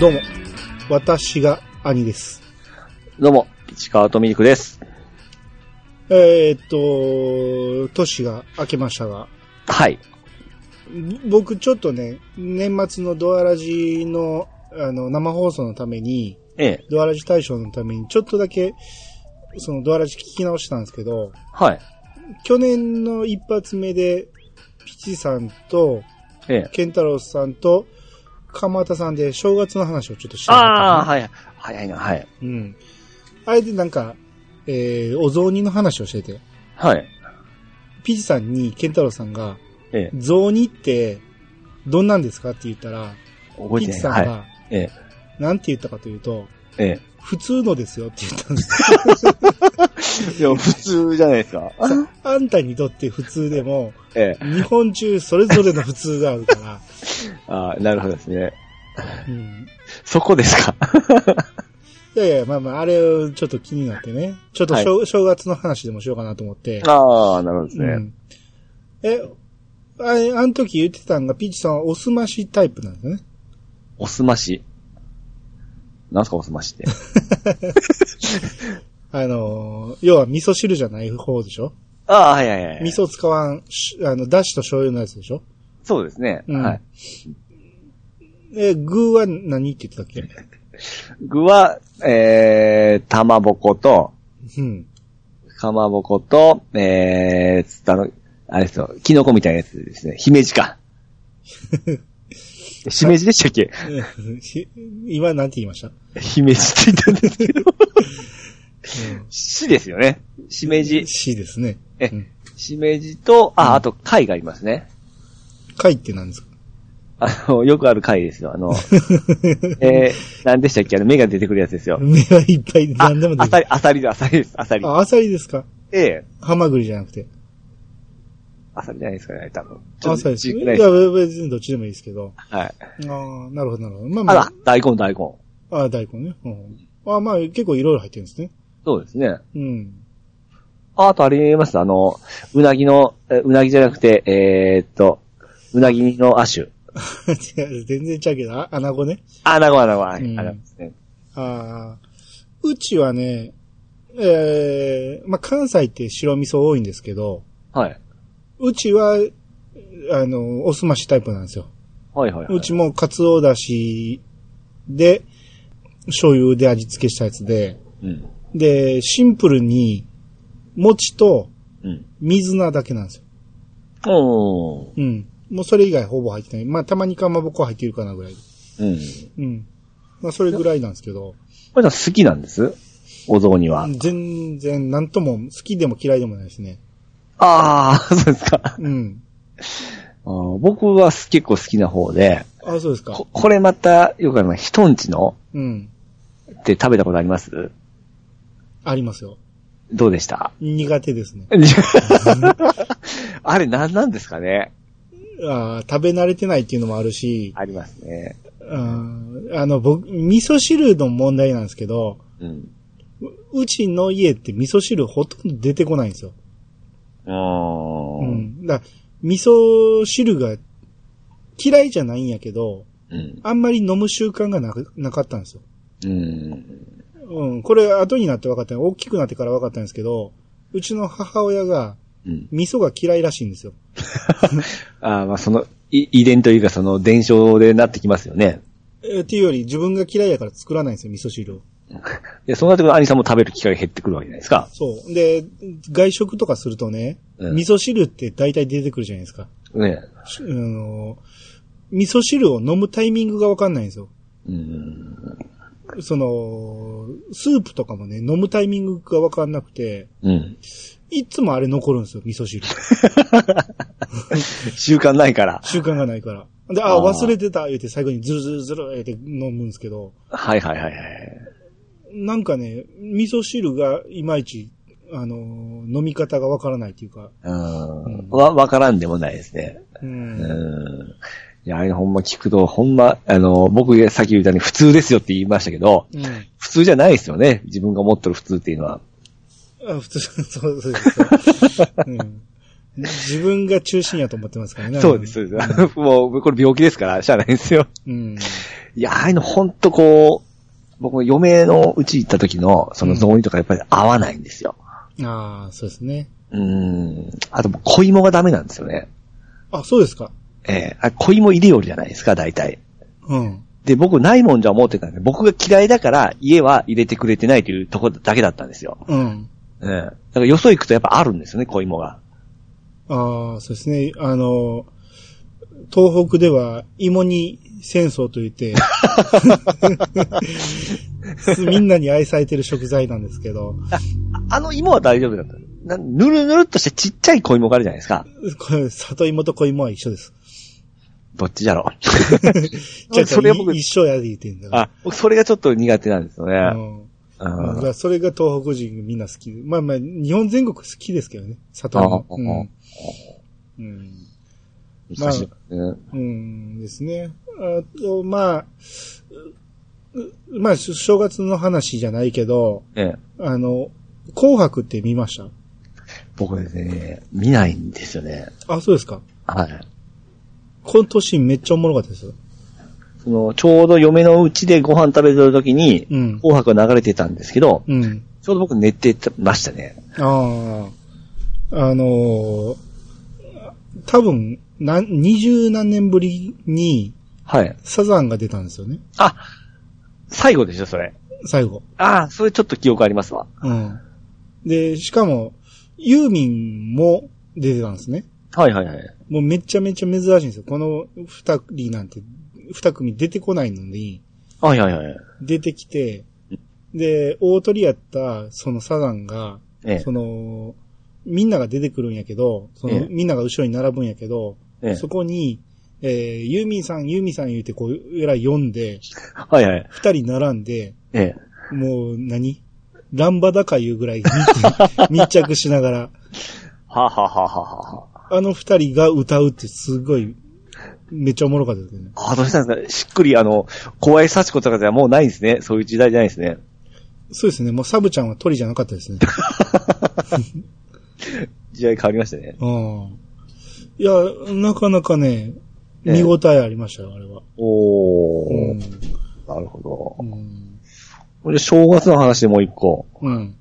どうも、私が兄です。どうも、ピチカートミルクです。えーっと、年が明けましたが、はい。ぼ僕ちょっとね、年末のドアラジの、あの、生放送のために、ええ。ドアラジ大賞のために、ちょっとだけ、そのドアラジ聞き直したんですけど、はい。去年の一発目で、ピチさんと、ええ。ケンタロウさんと、鎌田さんで正月の話をちょっとしてああ、ははい。早いな、はい。い。うん。あれでなんか、えー、お雑煮の話をしてて、はい。ピチさんにケンタロウさんが、ええ。雑煮って、どんなんですかって言ったら、覚えピてチない。さんはが、い。ええ。なんて言ったかというと、え普通のですよって言ったんです。え。いや、普通じゃないですか。あんたにとって普通でも、 ええ。日本中それぞれの普通があるかああ、なるほどですね。ら。うん。そこですか。いやいや、まあまあ、あれをちょっと気になってね。ちょっとしょ、正月の話でもしようかなと思って。ああ、なるほどですうね。ん。え、あれ、あの時言ってたんが、ピーチさんはおすましタイプなんですね。おすまし。なんすか、おすましって。あのー、要は味噌汁じゃない方でしょ ああ、はいはいはい。味。噌使わん、しあの、だしと醤油のやつでしょそうですね。うんはい。え、具は何って言ってたっけ具は、えー、かまぼこと、 うん。かまぼこと、えー、つったの、あれですよ、キノコみたいなやつですね。姫路 か。姫路でしたっけひ今なんて言いました、姫路って言ったんですけど。市ですよね。しめじ、 ?C ですね。えうんしめじと、あ、あと貝がありますね。貝って何ですか あの、よくある貝です よ。あの、えー、何でしたっけあの、目が出てくるやつですよ。目はいっぱいであ何でも、出あてくさる。り、あさりだ、あさりです、あさり。あ、アサリですかええハマグリじゃなくて。あさりじゃないですかね、多分。ちょアっサとリです。い違うくないですや、別にどっちでもいいですけど。はい。ああ、なるほど、なるほど。まあまあらあ、、大根、大根。ああ大根ね。うん、あまあ、結構いろいろ入ってるんですね。そうですね。うん。 ああとあれますあの、うなぎの、えうなぎじゃなくて、えーっと、うなぎの亜種。違う全然ちゃうけど、あ穴子ね。あ、なごあなご、はいうんあなごですね。ああ、うちはね、ええまあ関西って白味噌多いんですけど、はい。うちは、あの、おすましタイプなんですよ。はいはい、はいうちもカツオだしで、醤油で味付けしたやつで、うん。で、シンプルに、餅とうん。水菜だけなんですよ。おーうん。もうそれ以外ほぼ入ってない。まあ、たまにかまぼこ入ってるかなぐらい。うん。うん。まあ、それぐらいなんですけど、これさん好きなんですお雑煮は。全然、なんとも、好きでも嫌いでもないですね。ああ、そうですか。あうん。ー僕はす結構好きな方で、あ、そうですか。ここれまた、よくあの、人んちのうん。って食べたことありますありますよ。どうでした 苦手ですね。あれ何なんですかねあー食べ慣れてないっていうのもあるし、ありますね。うんあの、僕、味噌汁の問題なんですけど、うん。ううちの家って味噌汁ほとんど出てこないんですよ。うー。うんん。だ味噌汁が嫌いじゃないんやけど、うん。あんまり飲む習慣がなくなかったんですよ。うん。うん。これ後になって分かった大きくなってから分かったんですけど、うちの母親がうん。味噌が嫌いらしいんですよ。 ああ、まあその、い遺伝というかその伝承でなってきますよね。えーっていうより自分が嫌いやから作らないんですよ、味噌汁を。で、そうなってくると兄さんも食べる機会が減ってくるわけじゃないですか。そう。で、外食とかするとね、うん味噌汁って大体出てくるじゃないですか。ね。しあのー味噌汁を飲むタイミングがわかんないんですよ。うん。その、スープとかもね、飲むタイミングがわかんなくて、うん。いつもあれ残るんですよ、味噌汁。習慣ないから。習慣がないから。で、あ、あー忘れてた、言うて最後にズルズルズル言うて飲むんですけど、はいはいはいはい。なんかね、味噌汁がいまいち、あのー飲み方がわからないっていうか、うん。わ、わからんでもないですね。う。うんん。いや、あれほんま聞くと、ほんま、あの、僕がさっき言ったように普通ですよって言いましたけど、うん普通じゃないですよね。自分が持ってる普通っていうのは。あ普通、そうそう です、うん。自分が中心やと思ってますからね。 そうです、そうです。もう、これ病気ですから、しゃあないですよ。うん。いや、ああいうのほんとこう、僕、嫁のうち行った時の、その雑煮とかやっぱり合わないんですよ。ああ、そうですね。うん。あと、小芋がダメなんですよね。あ、そうですか。ええあ小芋入れよりじゃないですか、大体。うん。で、僕、ないもんじゃ思ってたんで、僕が嫌いだから、家は入れてくれてないというところだけだったんですよ。うん。ええだから、よそ行くとやっぱあるんですよね、小芋が。ああ、そうですね。あの、東北では芋に戦争と言って、 みんなに愛されてる食材なんですけど、あの芋は大丈夫だった。なぬるぬるっとしてちっちゃい小芋があるじゃないですか。これ、里芋と小芋は一緒です。どっちだろ う。じゃあ、それは僕い、一緒やで言ってんだかあ、僕それがちょっと苦手なんですよね。ら。うんうんだからそれが東北人みんな好き。まあまあ、日本全国好きですけどね、里芋。ああうんうん難しいですね、うんですね。あと、まあ、うまあ、し正月の話じゃないけど、ええあの、紅白って見ました僕ですね、見ないんですよね。あ、そうですか。はい。今年めっちゃおもろかったです。その、ちょうど嫁のうちでご飯食べてる時に、うん。紅白が流れてたんですけど、うん。ちょうど僕寝てましたね。ああ。あのー多分、なん、二十何年ぶりにはい。サザンが出たんですよね。あ、最後でしょ、それ。最後。ああ、それちょっと記憶ありますわ。うん。で、しかも、ユーミンも出てたんですね。はいはいはい。もうめちゃめちゃ珍しいんですよ。この二人なんて、二組出てこないのに、はいはいはい。出てきて、で、大鳥やった、そのサザンが、ええその、みんなが出てくるんやけど、そええの、みんなが後ろに並ぶんやけど、ええそこに、えーユーミンさん、ユーミンさん言うて、こう、えらい読んで、はいはい。二人並んで、ええもう何、ランバだかいうぐらい密密着しながら、はあはあはあはあはあ。あの二人が歌うってすごい、めっちゃおもろかったですね。あ、どうしたんですかしっくり、あの、怖い幸子とかじゃもうないんですね。そういう時代じゃないですね。そうですね。もうサブちゃんは鳥じゃなかったです ね。時代変わりましたね。うん。いや、なかなかね、ええ見応えありましたよ、あれは。おー、うんなるほうど。ん。これで正月の話でもう一個。うん。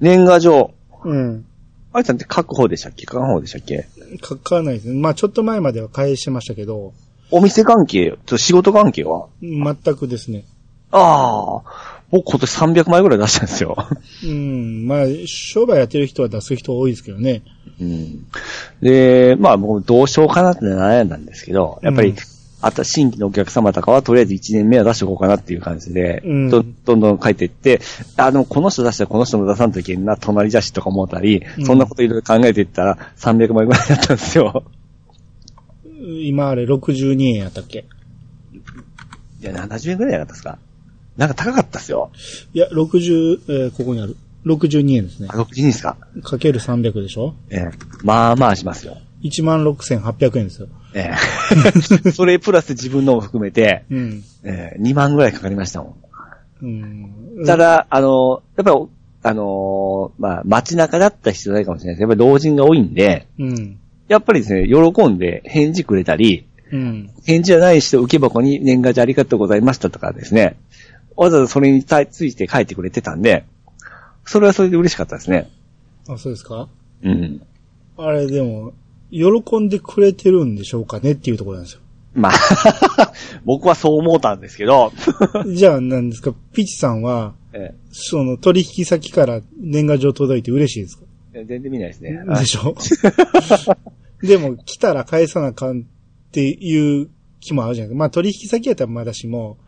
年賀状。うん。あいさんって書く方でしたっけ書かん方でしたっけ書かないですね。まあちょっと前までは返してましたけど、お店関係と仕事関係は全くですね。ああ、僕今年300枚ぐらい出したんですよ。うん。まあ商売やってる人は出す人多いですけどね。うん、で、まあ僕どうしようかなって悩んだんですけど、やっぱり、うんあと新規のお客様とかはとりあえず1年目は出しておこうかなっていう感じで、うんどどんどん書いていって、あ、でもこの人出したらこの人も出さんといけんな、隣だしとか思ったり、うんそんなこといろいろ考えていったら300枚ぐらいだったんですよ。今あれ62円やったっけいや、70円ぐらいじゃなかったですかなんか高かったですよ。いや、60、えーここにある。62円ですねあ、。62ですかかける300でしょええまあまあしますよ。 ?16,800 円ですよ。え えそれプラス自分のも含めて、うん。ええ2万ぐらいかかりましたもん。うん。ただ、あの、やっぱり、あの、まあ、街中だった人ないかもしれないです。やっぱり老人が多いんで、うん。やっぱりですね、喜んで返事くれたり、うん。返事じゃない人受け箱に年賀状ありがとうございましたとかですね、わざわざそれに対ついて書いてくれてたんで、それはそれで嬉しかったですね。あ、そうですかうん。あれでも、喜んでくれてるんでしょうかねっていうところなんですまあ、 僕はそう思ったんですけ ど、 よ。じゃあ何ですかピチさんは、えその取引先から年賀状届いて嬉しいですかえ全然見ないですね。でし ょでも来たら返さなあかんっていう気もあるじゃないですか。まあ取引先やったらまだしも、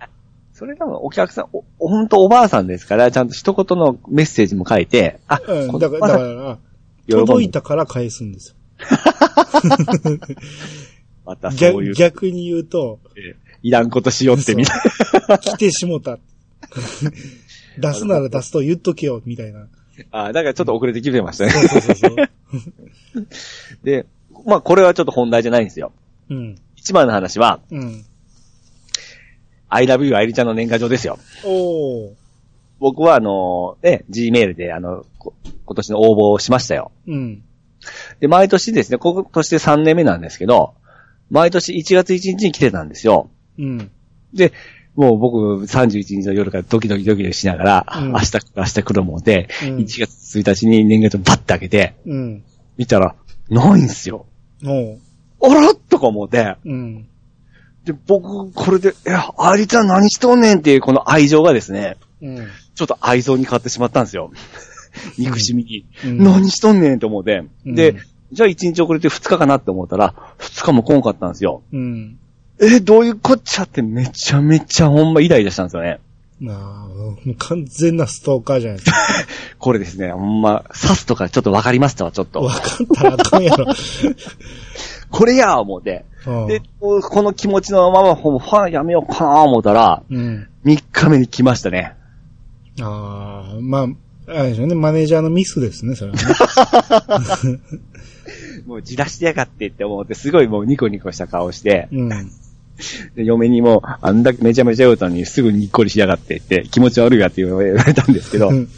それ多分お客さん、お、本当おばあさんですから、ちゃんと一言のメッセージも書いて、あ、うん、こだかおばら、あさだんから、喜んで届いたから返すんですよ。またそうい逆う、逆に言うと、いらんことしようってみたいな。来てしも た。出すなら出すと言っとけよ、みたいな。あだからちょっと遅れてきてましたそね。うそうそうそう。で、まあこれはちょっと本題じゃないんですよ。うん。一番の話は、うん。 I love you 愛梨ちゃんの年賀状ですよ。おー。僕はあの、ね、Gmail であの、こ今年の応募をしましたよ。うん。で、毎年ですね、今年で3年目なんですけど、毎年1月1日に来てたんですよ。うん。で、もう僕31日の夜からドキドキドキドキしながら、うん明日、明日来るもんで、うん1月1日に年月をバッて開けて、うん。見たら、ないんすよ。おう。あらとか思って、うん。で、僕、これで、いや、アリちゃん何しとんねんっていうこの愛情がですね、うん。ちょっと愛憎に変わってしまったんですよ。憎しみに。うん何しとんねんって思って。うんで、じゃあ1日遅れて2日かなって思ったら、2日も来んかったんですよ。うん。え、どういうこっちゃってめちゃめちゃほんまイライラしたんですよね。なあ、もう完全なストーカーじゃないです か。これですね、ほんま、刺すとかちょっとわかりましたわ、ちょっとわ。かったらあかん やろ。これや思って。うんで、こうこの気持ちのまま、ほんま、やめようかな思ったら、うん。 3日目に来ましたね。ああ、まあ、あれでしょうね、マネージャーのミスですね、それはね。もう、じらしてやがってって思って、すごいもうニコニコした顔して、うん。で嫁にも、あんだけめちゃめちゃ言うたのに、すぐにっこりしやがってって、気持ち悪いわって言われたんですけどう、ん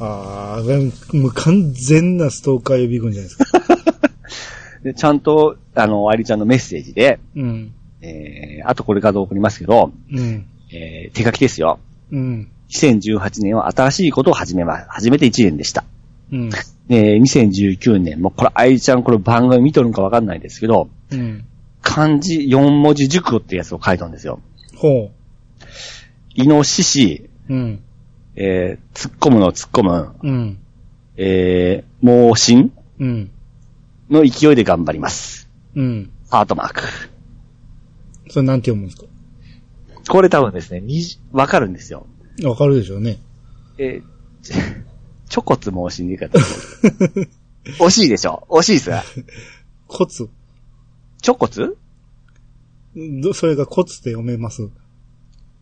ああ、もう完全なストーカー予備軍じゃないですか。でちゃんと、あの、アリちゃんのメッセージで、うん。えー、あとこれ画像送りますけど、うん。えー、手書きですよ。うん。 2018年は新しいことを始めま、初めて1年でした。うん。えー、2019年も、これ、アリちゃん、これ番組見とるんかわかんないですけど、うん。漢字4文字熟語ってやつを書いたんですよ。ほイノシシ、う。うん。えー、突っ込むの突っ込む、うん。えー、盲信うん。の勢いで頑張ります。うん。ハートマーク。それなんて読むんですこれ多分ですね、にじわかるんですよ。かわかるでしょうね。えー、 ちちょこつ盲信でいいかと思う惜しいでしょ惜しいっす。コツ。ちょこつどそれがコツって読めます。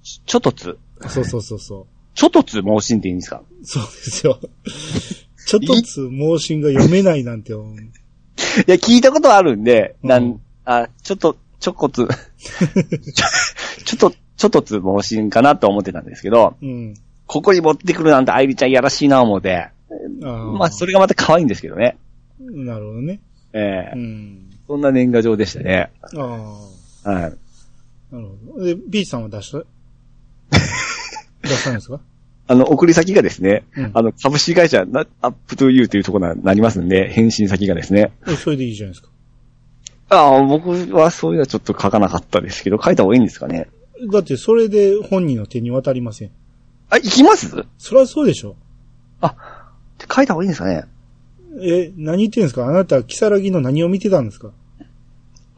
ちちょとつそうそうそうそちょとつ盲信って言うんですかう。そうですよ。ちょっとずつ盲信が読めないなんて思う。 いや、聞いたことあるんで、なうんん、あ、ちょっと、ちょこ つ、ちょちょっと、ちょっとつ盲信かなと思ってたんですけど、うん。ここに持ってくるなんて愛理ちゃんいやらしいな思うて、ああ。まあ、それがまた可愛いんですけどね。なるほどね。ええうん。そんな年賀状でしたね。ああ。はい。なるほど。で、ビーチさんは出した出したんですかあの、送り先がですね、うんあの、株式会社な、アップトゥーユーというところになりますんで、返信先がですね。えそれでいいじゃないですか。ああ、僕はそういうのはちょっと書かなかったですけど、書いた方がいいんですかね。だってそれで本人の手に渡りません。あ、行きますそりゃそうでしょ。あ、って書いた方がいいんですかね。え、何言ってんですかあなた、キサラギの何を見てたんですか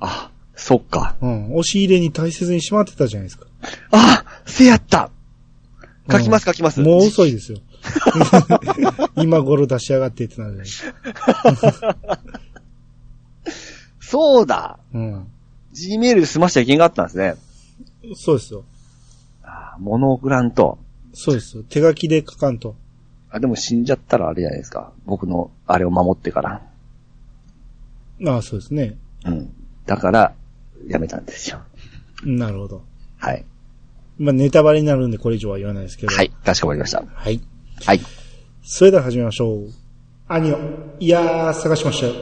あ、そっか。うん。押し入れに大切にしまってたじゃないですか。あ、せやった書きます書きます。もう遅いですよ。 今頃出し上がってってなるじそうだゃない !Gmail で済ましちゃいけんかったんですね。うん。そうですよ。あ物を送らんと。そうですよ。手書きで書かんと。あ、でも死んじゃったらあれじゃないですか。僕の、あれを守ってから。ああ、そうですね。うん。だから、やめたんですよ。なるほど。はい。まあ、ネタバレになるんでこれ以上は言わないですけど。はい。かしこまりました。はい。はい。それでは始めましょう。兄を、いやー、探しましたよ。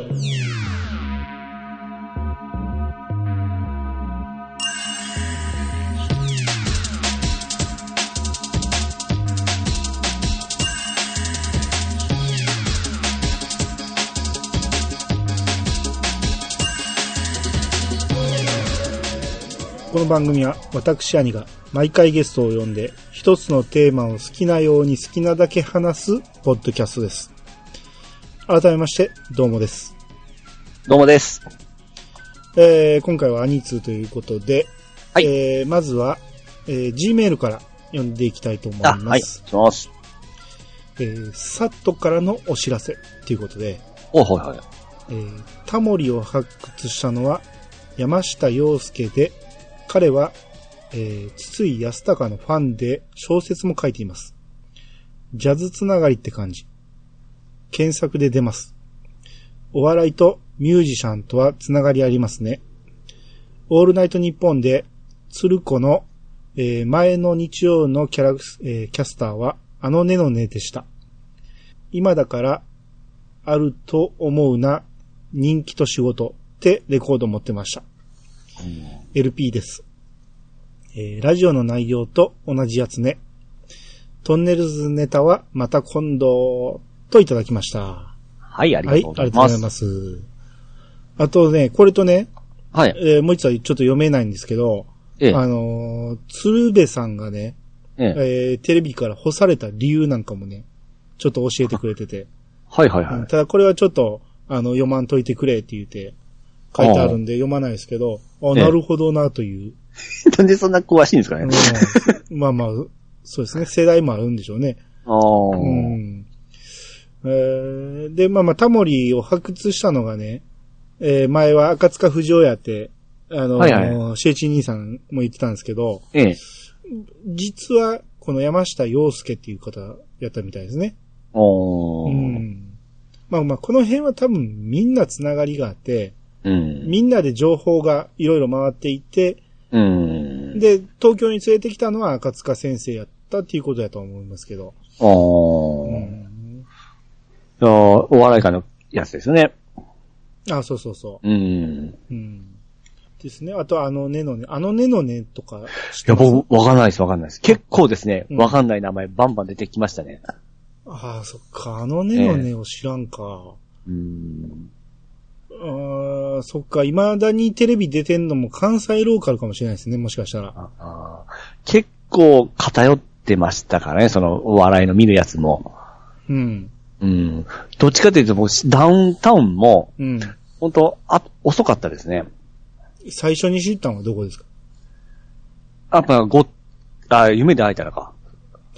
この番組は私兄が毎回ゲストを呼んで一つのテーマを好きなように好きなだけ話すポッドキャストです。改めまして、どうもです。どうもです。えー今回は兄通ということで、はいえーまずは、えー Gmail から読んでいきたいと思いあ、まはい。す。します。えーサットからのお知らせということで、お、はいはい。えータモリを発掘したのは山下洋介で、彼は、えー筒井康隆のファンで小説も書いています。ジャズつながりって感じ。検索で出ます。お笑いとミュージシャンとはつながりありますね。オールナイトニッポンで、鶴子の、えー前の日曜のキャラ、えーキャスターは、あのねのねでした。今だから、あると思うな、人気と仕事ってレコード持ってました。LP です。ええーラジオの内容と同じやつね。トンネルズネタはまた今度、といただきました。はい、ありがはい、あとりうがごとうざごいまざいす。ます。あとね、これとね、はい。えーもう一つはちょっと読めないんですけど、ええ、あのー鶴瓶さんがね、ええ。えーテレビから干された理由なんかもね、ちょっと教えてくれてて。はいはいうんはただこれはちょっと、あの、読まんといてくれって言って、書いてあるんで読まないですけど、あ、ええなるほどなという。い。 なんでそんな詳しいんですかうねん。まあまあ、そうですね。世代もあるんでしょうね。ああ。ううん。ん。えーで、まあまあ、タモリを発掘したのがね、えー前は赤塚不二夫やって、あの、はいはいシェイチ兄さんも言ってたんですけど、ええ。実は、この山下洋介っていう方やったみたいですね。あーうん。まあまあ、この辺は多分みんなつながりがあって、うん。みんなで情報がいろいろ回っていって、うん。で、東京に連れてきたのは赤塚先生やったっていうことだと思いますけど。ああ。うん。あーお笑い界のやつですよね。あ、そうそうそ。うん。いううん。ですね。あと、あのねのね、あのねのねとか知ってや、ます、僕、わかんないです、わかんないです。結構ですね、うんわかんない名前、バンバン出てきましたね。ああ、そっか、あのねのねを知らんか。うん。ああ、そっか、未だにテレビ出てんのも関西ローカルかもしれないですね、もしかしたら。ああー結構偏ってましたからね、その、お笑いの見るやつも。うん。うん。どっちかというと、僕、ダウンタウンも、うん。本当あ、遅かったですね。最初に知ったのはどこですかやっぱ、ご、あ、夢で会えたらか。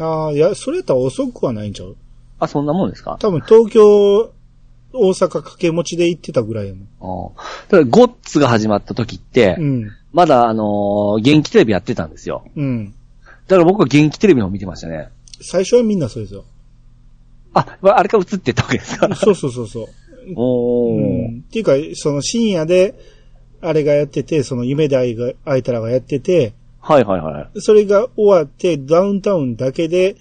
ああ、いや、それやったら遅くはないんちゃうあ、そんなもんですか多分東京、大阪掛け持ちで行ってたぐらいやもん。あーただ、ゴッツが始まった時って、うん。まだ、あのー、元気テレビやってたんですよ。うん。だから僕は元気テレビの方見てましたね。最初はみんなそうですよ。あ、まああれから映ってったわけで すかそうそうそうそう。おうーん。っていうか、その深夜で、あれがやってて、その夢で会いが会えたらがやってて、はいはいはい。それが終わって、ダウンタウンだけで、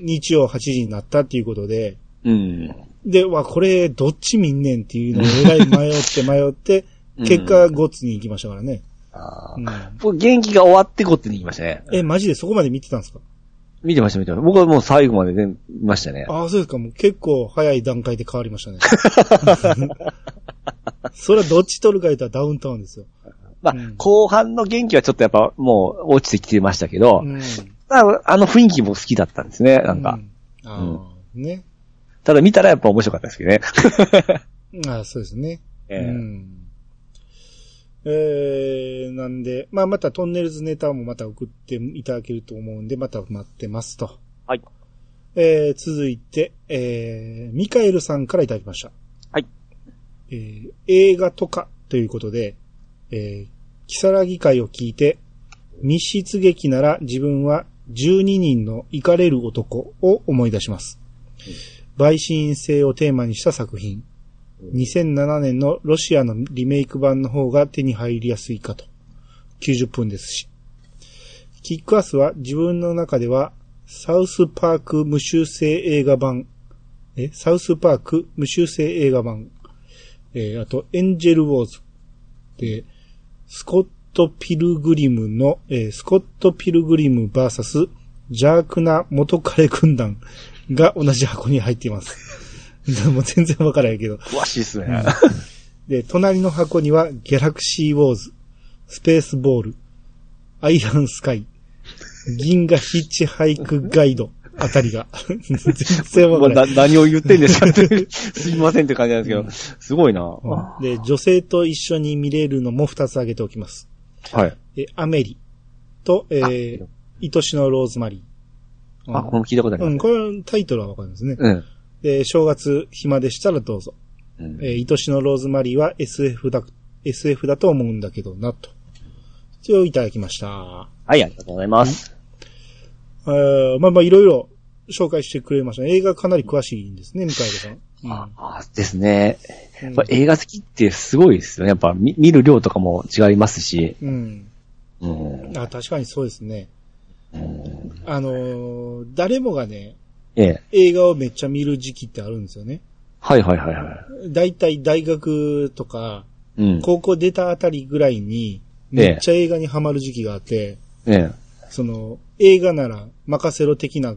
日曜8時になったっていうことで、うん。で、わ、これ、どっち見んねんっていうのをえらい迷って迷って、うん結果、ゴッツに行きましたからね。あうーん、僕、元気が終わってこってに行きましたね。え、マジでそこまで見てたんですか見てました見てました。僕はもう最後まで全部見ましたね。ああ、そうですか。もう結構早い段階で変わりましたね。 それはどっち取るか言ったらダウンタウンですよ。まあうん、後半の元気はちょっとやっぱもう落ちてきてましたけど、うん。まああの雰囲気も好きだったんですね、なんか。うん。ああ、ね。ただ見たらやっぱ面白かったですけどね。ああ、そうですね。えうえん。えー、なんで、まあまたトンネルズネタもまた送っていただけると思うんで、また待ってますと。はい。えー、続いて、えー、ミカエルさんからいただきました。はい。えー、映画とかということで、えー、キサラギ会を聞いて、密室劇なら自分は12人のイカれる男を思い出します。陪審性をテーマにした作品。2007年のロシアのリメイク版の方が手に入りやすいかと。90分ですし。キックアスは自分の中ではサウスパーク無修正映画版、え、サウスパーク無修正映画版、えーあとエンジェルウォーズ、で、スコット・ピルグリムの、えースコット・ピルグリム VS 邪悪な元彼軍団が同じ箱に入っています。 もう全然わからへんけど。詳しいっすね。 で、隣の箱には、ギャラクシーウォーズ、スペースボール、アイアンスカイ、銀河ヒッチハイクガイド、あたりが。 全然わまあからな。ない何を言ってんですか って。すいませんって感じなんですけど、すごいな。はで、女性と一緒に見れるのも2つ挙げておきます。い。え、アメリと、えーあ、愛しのローズマリー。あ、これも聞いたことありうまん、す。これタイトルはわかりますね。うん。で、正月暇でしたらどうぞ。うんえー愛しのローズマリーは SF だ、SF だと思うんだけどな、と。それをいただきました。はい、ありがとうございます。えーまあまあいろいろ紹介してくれましたね。映画かなり詳しいんですね、ミカエルさん。ああですね。うんやっぱ映画好きってすごいですよね。やっぱ見見る量とかも違いますし。うん。うん。あ、確かにそうですね。あのー誰もがね、ええ。映画をめっちゃ見る時期ってあるんですよね。はいはいはいはだいたい大学とか、い。うん。高校出たあたりぐらいに、ええめっちゃ映画にハマる時期があって、えその、映画なら任せろ的 な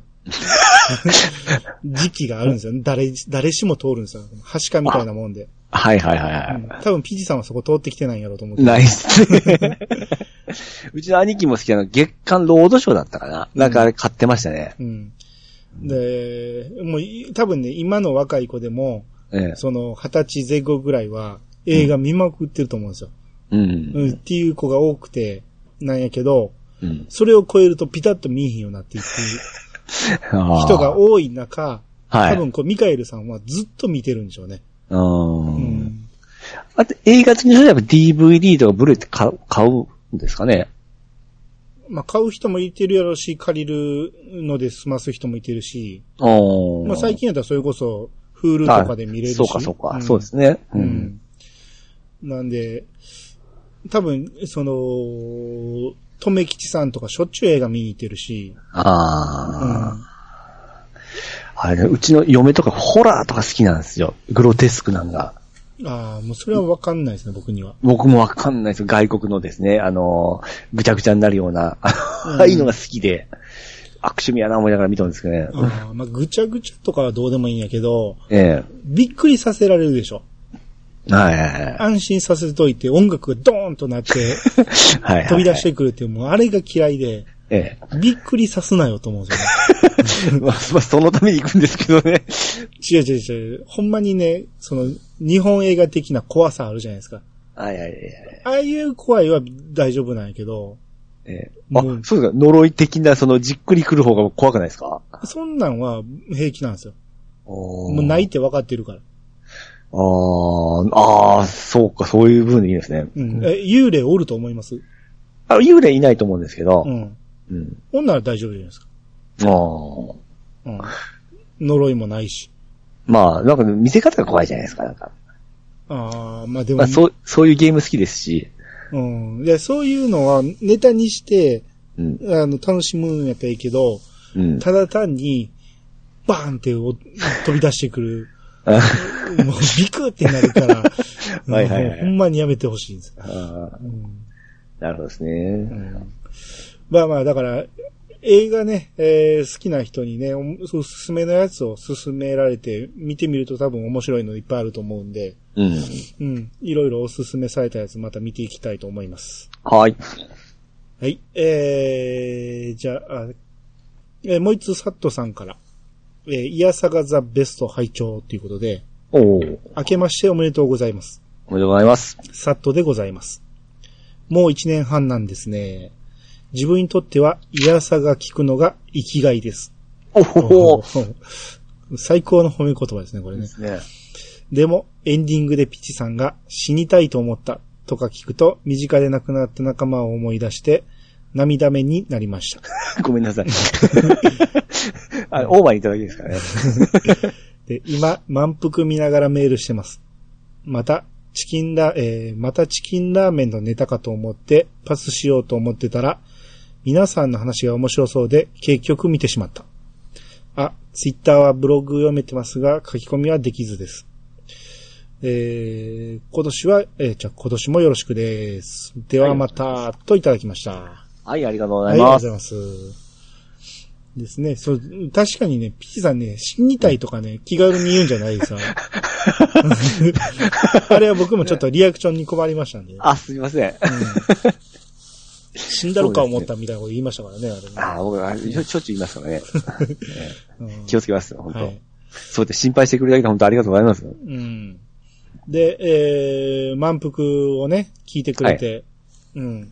時期があるんですよね。誰、誰しも通るんですよ。はしかみたいなもんで。はいはいはいはういん。多分、ピチさんはそこ通ってきてないんやろうと思って。ないっすね。 うちの兄貴も好きなの、月刊ロードショーだったかな。なんかあれ買ってましたね。うん。で、もうい、多分ね、今の若い子でも、ええ。その、二十歳前後ぐらいは、映画見まくってると思うんですよ。うん。うん、っていう子が多くて、なんやけど、うん。それを超えるとピタッと見えへんようになっていく人人が多い中、はい。多分こう、ミカエルさんはずっと見てるんでしょうね。うー。うんん。あと映画好きの人はやっぱ DVD とかブルーって買う買うんですかね。まあ、買う人もいてるやろうし、借りるので済ます人もいてるし、おーまあ、最近やったらそれこそ、フールとかで見れるし。そうかそうか。んそうで。すね。ううん。ん。なんで、多分、その、とめきちさんとかしょっちゅう映画見に行ってるし、ああ。あれね、うちの嫁とかホラーとか好きなんですよ。グロテスクなんが。ああ、もうそれはわかんないですね、僕には。僕もわかんないです。外国のですね、あのー、ぐちゃぐちゃになるような、ああいうのが好きで、悪趣味やな思いながら見たんですけどね。ああまあ、ぐちゃぐちゃとかはどうでもいいんやけど、えびっくりさせられるでしょ。え。はいはいはい。安心させといて、音楽がドーンとなって、 はいはい飛び出してくるっていう、もうあれが嫌いで、えびっくりさすなよと思うんですよね。え。まあ、そそのために行くんですけどね。違う違う違う。ほんまにね、その、日本映画的な怖さあるじゃないですか。はいはいはいはい。ああいう怖いは大丈夫なんやけど、ええ。あう、んそうですか。呪い的な、その、じっくり来る方が怖くないですかそんなんは平気なんですよ。ももうないって分かってるから。あーあー、そうか、そういう部分でいいですね。うん。え、幽霊おると思いますあ幽霊いないと思うんですけどう。ん。うん。ほんなら大丈夫じゃないですか。ああ。うん。呪いもないし。まあ、なんか、見せ方が怖いじゃないですか、なんか。ああ、まあでも、まあ、そう、そういうゲーム好きですし。うん。で、そういうのはネタにして、うん。あの、楽しむんやったらいいけど、うん。ただ単に、バーンってお飛び出してくる。あもうビクってなるから、 はいはいもはいうほんまにやめてほしいんです。あうん なるほどですね。まあまあ、だから、映画ね、えー好きな人にね、おもそうおすすめのやつを勧められて見てみると多分面白いのいっぱいあると思うんで、うん。うん、いろいろおすすめされたやつまた見ていきたいと思います。はい。はい、えー、じゃあ、あえーもう一つサットさんから、えー、イヤサガザベスト拝聴ということで、おお。おめで明けましておめでとうございます。とうございます。サットでございます。もう一年半なんですね。自分にとっては、イヤサが聞くのが生きがいです。おほほ。 最高の褒め言葉ですね、これでね。すね。でも、エンディングでピチさんが死にたいと思ったとか聞くと、身近で亡くなった仲間を思い出して、涙目になりました。ごめんなさい。 あオーバーにいただけですかね。で、今、満腹見ながらメールしてます。また、チキンラ、えー、またチキンラーメンのネタかと思って、パスしようと思ってたら、皆さんの話が面白そうで、結局見てしまった。あ、ツイッターはブログ読めてますが、書き込みはできずです。えー、今年は、えー、じゃあ今年もよろしくです。ではまた、といただきました。はい、ありがとうごあざいりがとうまごすざい。ます。ですね。そう、確かにね、ピチさんね、死にたいとかね、気軽に言うんじゃない ですよ。あれは僕もちょっとリアクションに困りましたんで。あ、すみません。死んだろか思ったみたいなこと言いましたからね、ああ僕は、しょしょっちゅう言いますから ね。れね。気をつけます、本うん、当、はい。そうやって心配してくれるだけで本当ありがとうございます。うん。で、えー、満腹をね、聞いてくれて、うん。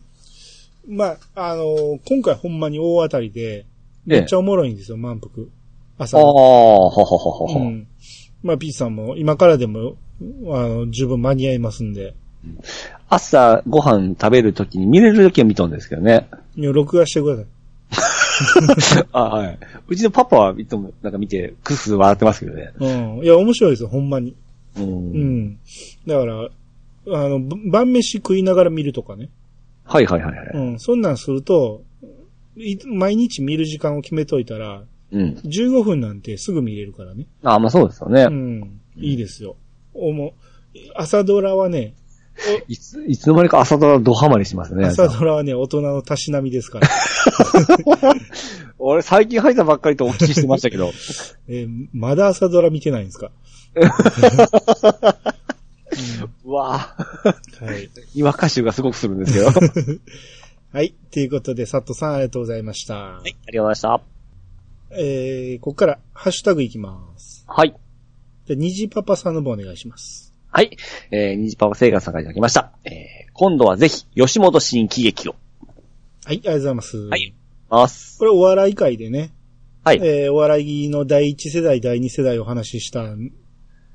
まあ、あのー今回ほんまに大当たりで、ねめっちゃおもろいんですよ、満腹。あ朝あ、のほほほほほ。うん。まあ、ピーチさんも今からでも、あの、十分間に合いますんで、朝ご飯食べるときに見れるだけは見とんですけど ね。いや録画してください。あはい。うちのパパはいつもなんか見て、クス笑ってますけどね。うん。いや、面白いですよ、ほんまに。う。うんん。だから、あの、ば晩飯食いながら見るとかね。はいはいはいはい。うん。そんなんすると、い毎日見る時間を決めといたら、うん。 15分なんてすぐ見れるからね。あまあそうですよね。うん。いいですよ。おも、朝ドラはね、いつ、いつの間にか朝ドラドハマりしますね。朝ドラはね、大人のたしなみですから。俺最近入ったばっかりとお聞きしてましたけど。 えーまだ朝ドラ見てないんですか、 うわぁ、はい。違和歌集がすごくするんですけど。 はい、ありがと はい。ということで、佐藤さんありがとうございました。うございました。えー、ここから、ハッシュタグいきます。はい。じゃあ、虹パパさんの方お願いします。はい。えー、ニジパパ生活さんからいただきました。えー、今度はぜひ、吉本新喜劇を。はい、ありがとうございます。はい。あっす。これお笑い界でね、はい。えーお笑いの第一世代、第二世代をお話しした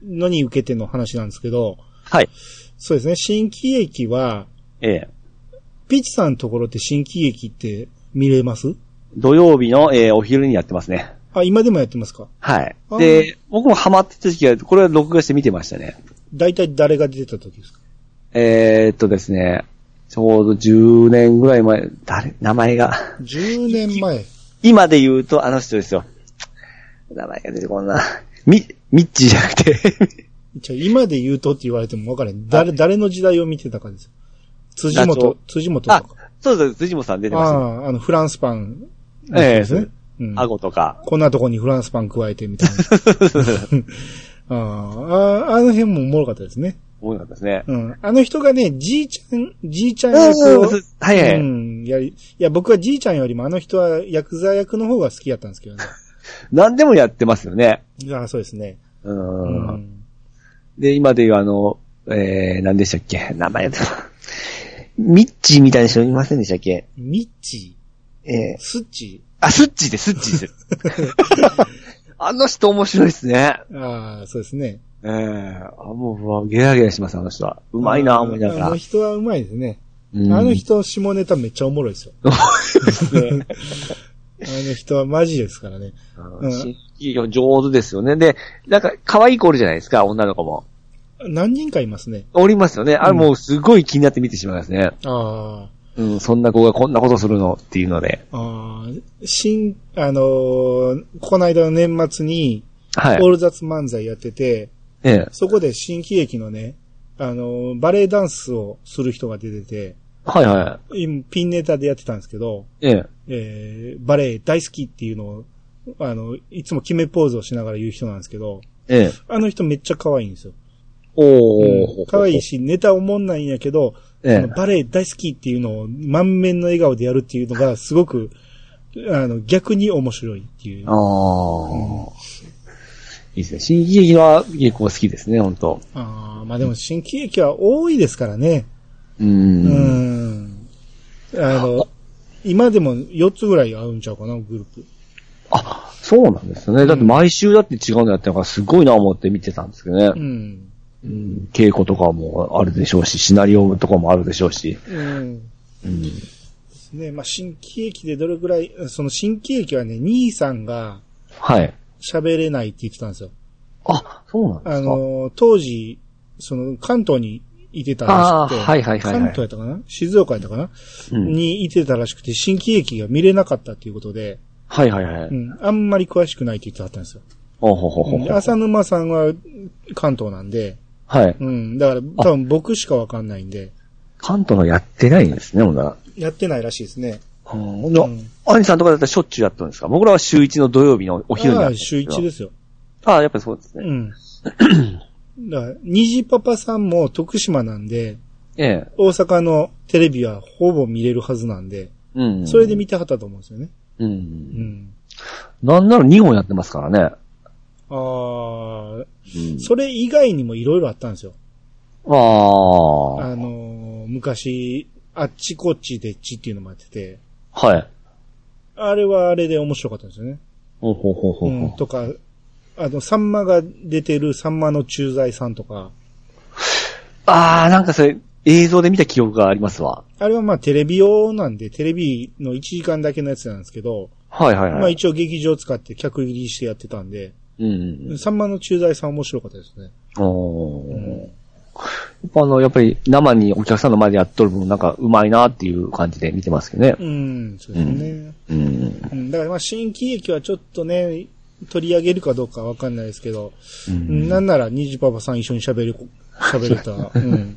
のに受けての話なんですけど、はい。そうですね、新喜劇は、えー、ピッチさんのところって新喜劇って見れます土曜日の、えー、お昼にやってますね。あ、今でもやってますかはいあ。ーで、僕もハマってた時期があるこれは録画して見てましたね。大体誰が出てた時ですかえー、っとですね、ちょうど10年ぐらい前、誰、名前が、 ?10 年前。今で言うとあの人ですよ。名前が出てこんな。み、ミッチーじゃなくて、じゃあ今で言うとって言われても分からへん。誰、誰の時代を見てたかですよ。辻ダチョウ元、辻元あとか。、そうです、辻本さん出てあましたね。あー、あの、フランスパンええですね。うん。顎とか。 こんなとこにフランスパン加えてみたいな。あーあー、あの辺もおもろかったですね。多かったですね。うん。あの人がね、じいちゃん、じいちゃんうん役を、そうはいはいうん、やり、いや、僕はじいちゃんよりもあの人はヤクザ役の方が好きだったんですけどね。何でもやってますよね。ああ、そうですね。う。うんん。で、今で言うあの、えー、何でしたっけ名前が。ミッチーみたいな人いませんでしたっけミッチえー、スッチあ、スッチーです、スッチーです。 あの人面白いですね。ー。ああ、そうですね。ええあ、もううわ、ゲラゲラします、あの人は。うまいな、思いながあらの。人はうまいですね。うんあの人、下ネタめっちゃおもろい ですよ。あねの人はマジですからね。うん新喜劇も上手ですよね。で、なんか、可愛い子おるじゃないですか、女の子も。何人かいますね。おりますよね。あれうんもうすごい気になって見てしまいますね。あうん、そんな子がこんなことするのっていうので。あ、ああ、新、あのーこの間の年末に、はいオー。ルザツ漫才やってて、ええ。そこで新喜劇のね、あのーバレエダンスをする人が出てて、はいは今ピンネタでやってたんですけど、い。ええ。えーバレエ大好きっていうのを、あの、いつも決めポーズをしながら言う人なんですけど、ええ。あの人めっちゃ可愛いんですよ。おー。可愛い。し、ネタおもんないんやけど、ええそのバレエ大好きっていうのを満面の笑顔でやるっていうのが、すごく、あの、逆に面白いっていう。あー。いいですね。新喜劇は結構好きですね、本当あーまあでも新喜劇は多いですからね。う。うんん。あの、今でも4つぐらい合うんちゃうかな、グループ。あ、そうなんですね。だって毎週だって違うのやってるからすごいな思って見てたんですけどね。うん。うん稽古とかもあるでしょうし、シナリオとかもあるでしょうし。うん。でうん。すね。まあ新喜劇でどれぐらい、その新喜劇はね、兄さんがはい。喋れないって言ってたんですよ。あ、そうなんであすか。の、当時、その、関東にいてたあらあしくて、はいはいはいはい関東やったかな静岡やったかな、うんにいてたらしくて、新喜劇が見れなかったっていうことで、。はいはいはいうん、あんまり詳しくないって言ってはったんですよ。ほうほうほうほうで浅沼さんは関東なんで、はい。うん、だから多分僕しかわかんないんで、関東のやってないんですね、ほんなら。やってないらしいですね。うん。で、兄さんとかだったらしょっちゅうやってるんですか僕らは週一の土曜日のお昼にあやっあ、てるんです週一ですよ。ああ、やっぱりそうですね。 うん。だから、虹パパさんも徳島なんで、ええ。大阪のテレビはほぼ見れるはずなんで、うん。それで見てはったと思うんですよね。う。うんん。なんなら2本やってますからね。ああ、うんそれ以外にもいろいろあったんですよ。ああ。あのー昔、あっちこっちでっちっていうのもやってて、はい。あれはあれで面白かったんですよね。ほうほうほうほう、うんほとか、あの、サンマが出てるサンマの駐在さんとか、う。ああ、なんかそれ、映像で見た記憶がありますわ。あれはまあテレビ用なんで、テレビの1時間だけのやつなんですけど、はいはいまあはい。一応劇場使って客入りしてやってたんで、うん。サンマの駐在さん面白かったですね。おーやっぱあの、やっぱり生にお客さんの前でやっとる分、なんかうまいなっていう感じで見てますけどね。うん、そうですね。うん。うん、だからまあ新喜劇はちょっとね、取り上げるかどうかわかんないですけど、うんなんなら、ニジパパさん一緒に喋る喋れた。うん。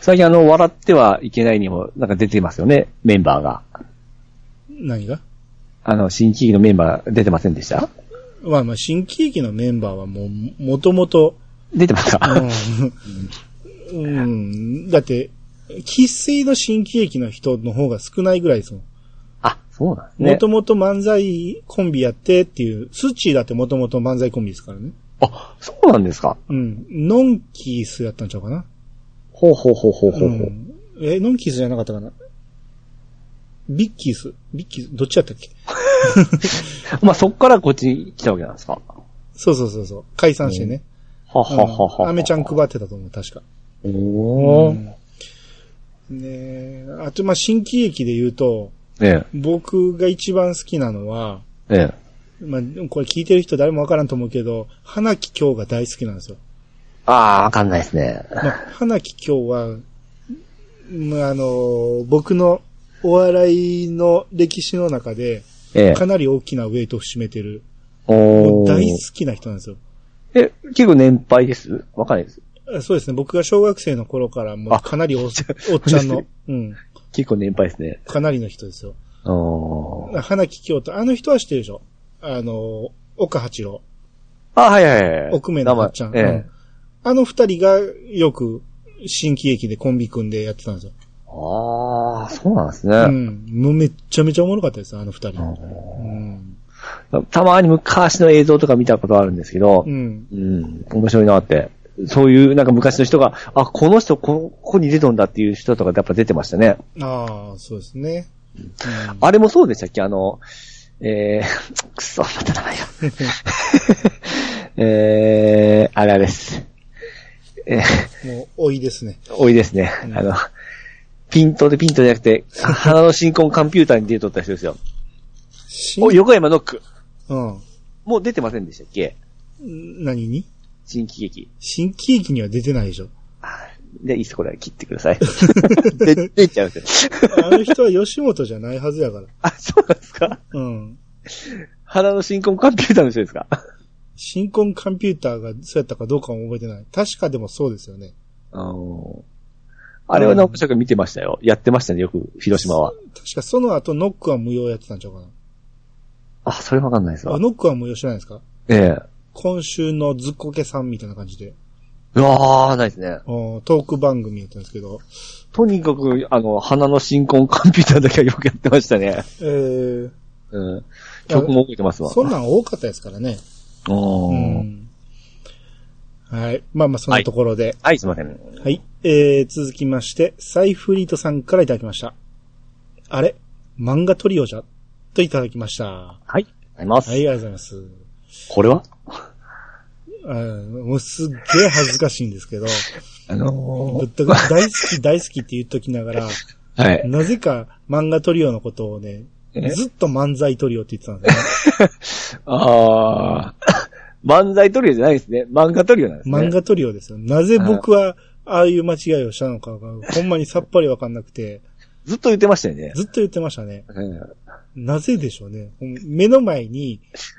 最近あの、笑ってはいけないにも、なんか出てますよね、メンバーが。何があの、新喜劇のメンバー出てませんでしたまあまあ、新喜劇のメンバーはもう、もともと、出てますかうんうん。だって、喫水の新喜劇の人の方が少ないぐらいですもん。あ、そうなんもですとね。もと漫才コンビやってっていう、スッチーだってもともと漫才コンビですからね。あ、そうなんですか。うん。ノンキースやったんちゃうかな。ほうほうほうほうほうほう。うんえ、ノンキースじゃなかったかな。ビッキース。ビッキース、どっちやったっけまあ、そっからこっちに来たわけなんですか。そうそうそうそう。解散してね。はははは。アメちゃん配ってたと思う、確か。おー。ねえあと、まあ、新喜劇で言うと、ええ、僕が一番好きなのは、ええ。まあ、これ聞いてる人誰もわからんと思うけど、花木京が大好きなんですよ。あー、わかんないですね。 まあ、花木京は、まあ、あの、僕のお笑いの歴史の中で、ええ。かなり大きなウェイトを占めてる、もおうー大好きな人なんですよ。え、結構年配ですわかんないです。あそうですね、僕が小学生の頃から、もうあかなりおおっちゃんの、うん、結構年配ですね。かなりの人ですよ。おー。花木京と、あの人は知ってるでしょあの、岡八郎。あ、はいはいはい。奥目のおっちゃん。名前うええん。あの二人がよく新喜劇でコンビ組んでやってたんですよ。ああ、そうなんですね。うん。もうめっちゃめちゃおもろかったです、あの二人。うん。たまに昔の映像とか見たことあるんですけどう、ん。うん、面白いなって。そういう、なんか昔の人が、あ、この人こ、ここに出てんだっていう人とかやっぱ出てましたね。ああ、そうですね。うんあれもそうでしたっけあの、えー、 くそ、また名前が。えー、あれあれです。えー、もう、老いですね。多いですね。あの、ピントでピントじゃなくて、鼻の新婚コンピューターに出とった人ですよ。新お、横山ノック。うん。もう出てませんでしたっけ何に新喜劇。新喜劇には出てないでしょ。あーで、いいっす、これは切ってください。で、出ちゃうんですよ。あの人は吉本じゃないはずやから。あ、そうなんですかうん。鼻の新婚コンピューターの人ですか新婚コンピューターがそうやったかどうかも覚えてない。確かでもそうですよね。あのあれは直しく見てましたよ。やってましたね、よく、広島は。確かその後ノックは無用やってたんちゃうかあ、それわかんないですな。あ、わ。ノックは無用知らないですかええ。今週のずっこけさんみたいな感じで、うわー、ないですね。おートーク番組やってるんですけど、とにかく、あの、鼻の新婚コンピューターだけはよくやってましたね。えー、うん。曲も覚えてますわ。そんなん多かったですからね。おうーん。はい。まあまあ、そんなところで。はい、すいません。はい。えー、続きまして、サイフリートさんからいただきました。あれ漫画トリオじゃといただきました。ははい。あります。い、ありがとうございます。これはあーもうすっげえ恥ずかしいんですけど、あのぶっとく大好き大好きって言っときながら、ー、はい。なぜか漫画トリオのことをね、えずっと漫才トリオって言ってたんですよね。あー。 漫才トリオじゃないですね。漫画トリオなんですね。漫画トリオですよ。なぜ僕は、ああいう間違いをしたのかが、ほんまにさっぱりわかんなくて、ずっと言ってましたよね。ずっと言ってましたね。うんなぜでしょうね。ほん目の前に、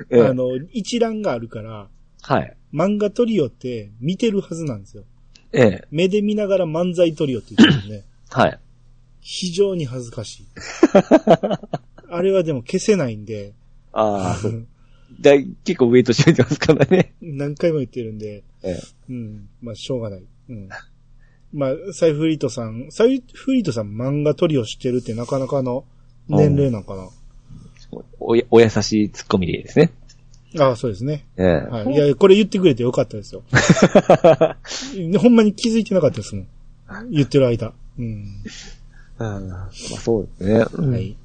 ええあの、一覧があるから、はい。漫画トリオって見てるはずなんですよ。ええ。目で見ながら漫才トリオって言ってるのね。はい。非常に恥ずかしい。あれはでも消せないんで、ああ、そうだい結構ウェイト占めてますからね。何回も言ってるんで、ええうん。まあ、しょうがない。うん。まあ、サイフリートさん、サイフリートさん漫画トリオしてるってなかなかの年齢なのかな。おお優しいツッコミでですね。ああ、そうですね。え えはい。いや、これ言ってくれてよかったですよ。 ほんまに気づいてなかったですもん。言ってる間。うん。うんまあそうですね。はい。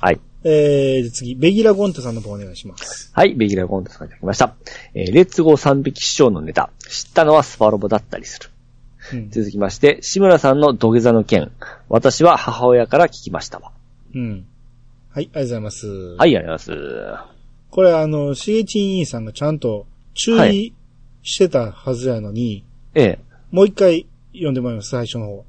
はい。えー、次、ベギラ・ゴンタさんの方お願いします。はい、ベギラーコンテストがいただきました。えーレッツゴー三匹師匠のネタ。知ったのはスパロボだったりする。うん。続きまして、志村さんの土下座の件。私は母親から聞きましたわ。うん。はい、ありがとうございます。はい、ありがとうございまこれ、あの、しげちんいさんがちゃんと注は意いしてたはずやのに、す。ええ。もう一回読んでもらいます、最初の方。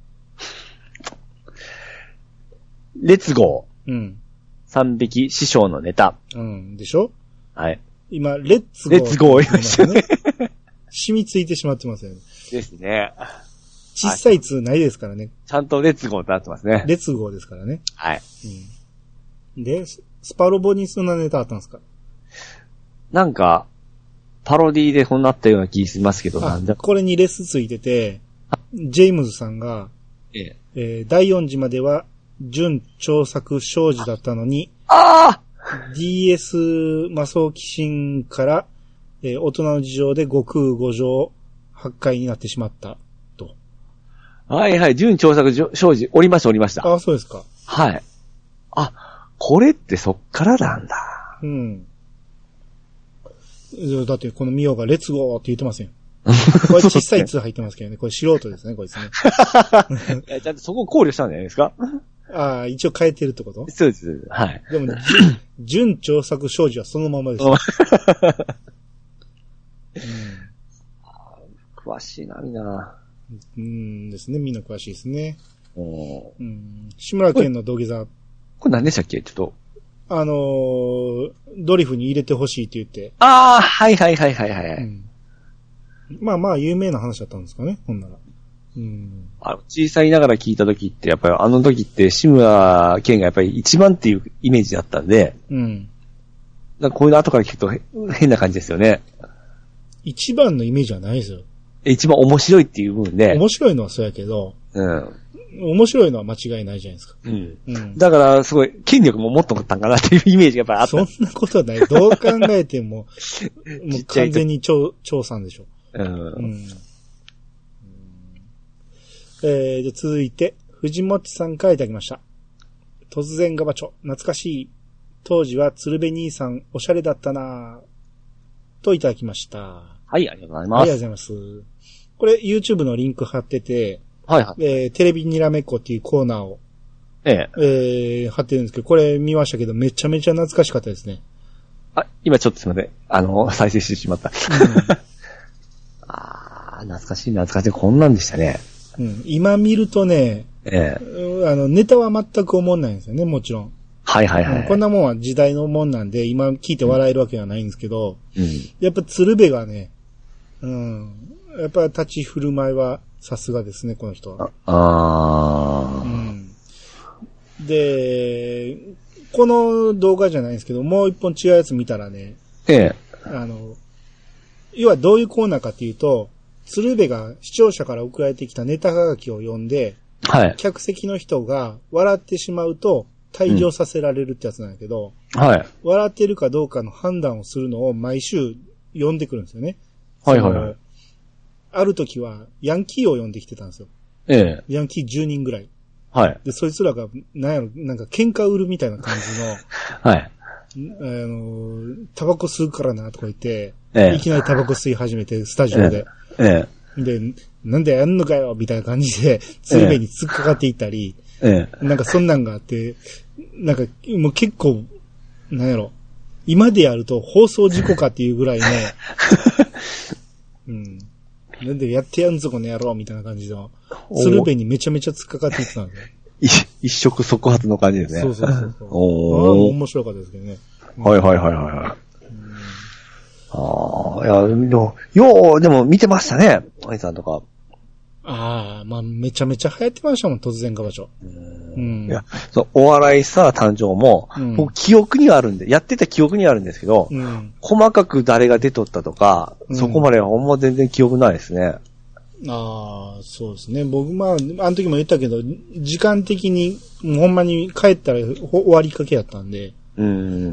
レッツゴーうん。三匹師匠のネタ。うん。でしょはい。今、レッツゴー。 レッツゴー言いましたね染みついてしまってますよね。ですね。小さい通ないですからね。ちゃんとレッツゴーとなってますね。列号ですからね。はい。うん。で、ススパロボにそんなネタあったんですかなんか、パロディでこんなあったような気しますけど、なあんだ、これにレスついてて、ジェイムズさんが、えええー第4次までは、準調作少女だったのに、あ DS 魔装鬼神から、えー大人の事情で悟空五条破壊になってしまった。と。あはいはい、準調作少時おりました、おりました。ああ、そうですか。はい。あ、これってそっからな んだ。うん。いやだってこのミオがレッツゴーって言ってませんよ。これ小さい通入ってますけどね。これ素人ですね、こいつね。えちゃんとそこを考慮したんじゃないですかああ、一応変えてるってことそうです。はい。でも、準調作少女はそのままです。そのうん詳しいな、みんな。うんですね。みんな詳しいですね。うんこうん。志村けんの土下座、れ何でしたっけちょっと。あのードリフに入れてほしいって言って。ああ、はいはいはいはいはい。ういん、まあまあ、有名な話だったんですかね、ほんなら。うん。あの小さいながら聞いた時って、やっぱりあの時って志村けんがやっぱり一番っていうイメージだったんで、うん。なんかこういうの後から聞くとへ変な感じですよね。一番のイメージはないですよ。一番面白いっていう部分で。面白いのはそうやけど、うん。面白いのは間違いないじゃないですか。うん。うん。だから、すごい、筋力ももっと持ったんかなっていうイメージがやっぱそりあんっなことはない。どう考えて も、もちうっちゃい完全に調、調査でしょ。た。う。うんん。えー、じゃあ続いて、藤本さんからいただきました。突然ガバチョ、懐かしい。当時は鶴瓶兄さん、おしゃれだったなぁといただきました。あはい、ありがとうございりがとまうごす。ざいます。これ、YouTube のリンク貼ってて、はいはい。えー、テレビにらめっこっていうコーナーを、ええ。えー、貼ってるんですけど、これ見ましたけど、めちゃめちゃ懐かしかったですね。あ、今ちょっとすいません。あの、再生してしまった。ああ、懐かしい懐かしい。こんなんでしたね。 うん、今見るとね、ええ。うんあの、ネタは全く思んないんですよね、もちろん。はいはいうはんい。こんなもんは時代のもんなんで、今聞いて笑えるわけではないんですけど、うん。やっぱ鶴瓶がね、うん、やっぱ立ち振る舞いはさすがですね、この人は。うああ。ん、で、この動画じゃないんですけど、もう一本違うやつ見たらね、ええ。あの、要はどういうコーナーかっていうと、鶴瓶が視聴者から送られてきたネタはがきを読んで、はい。客席の人が笑ってしまうと退場させられるってやつなんやけど、はい。笑ってるかどうかの判断をするのを毎週呼んでくるんですよね。はいはいそはのい。ある時はヤンキーを呼んできてたんですよ。ええ。ヤンキー10人ぐらい。はい。で、そいつらが、なんやろ、なんか喧嘩売るみたいな感はい。じ の、んあの、タバコ吸うからなとか言って、ええいきなりタバコ吸い始めて、スタジオで。ええ。で、なんでやんのかよみたいな感じで、鶴瓶に突っかかっていったり、ええ。なんかそんなんがあって、なんかもう結構、なんやろ、今でやると放送事故かっていうぐら いね、うん。なんでやってやんぞこの野郎みたいな感じの、鶴瓶にめちゃめちゃ突っかかっていってたんで、一一触即発の感じですね。そうそうそうそう。ああおー面白かったですけどね。はいはいはいはいはい。ああ、いや、でもよう、でも見てましたね。お兄さんとか。ああ、まあめちゃめちゃ流行ってましたもん、突然か場所。うんい。や、そう、お笑いさ、誕生も、うん僕記憶にはあるんで、やってた記憶にはあるんですけど、うん。細かく誰が出とったとか、うんそこまではほんま全然記憶ないですね。ああ、そうですね。僕、まあ、あの時も言ったけど、時間的に、もうほんまに帰ったらほ終わりかけやったんで、う。うん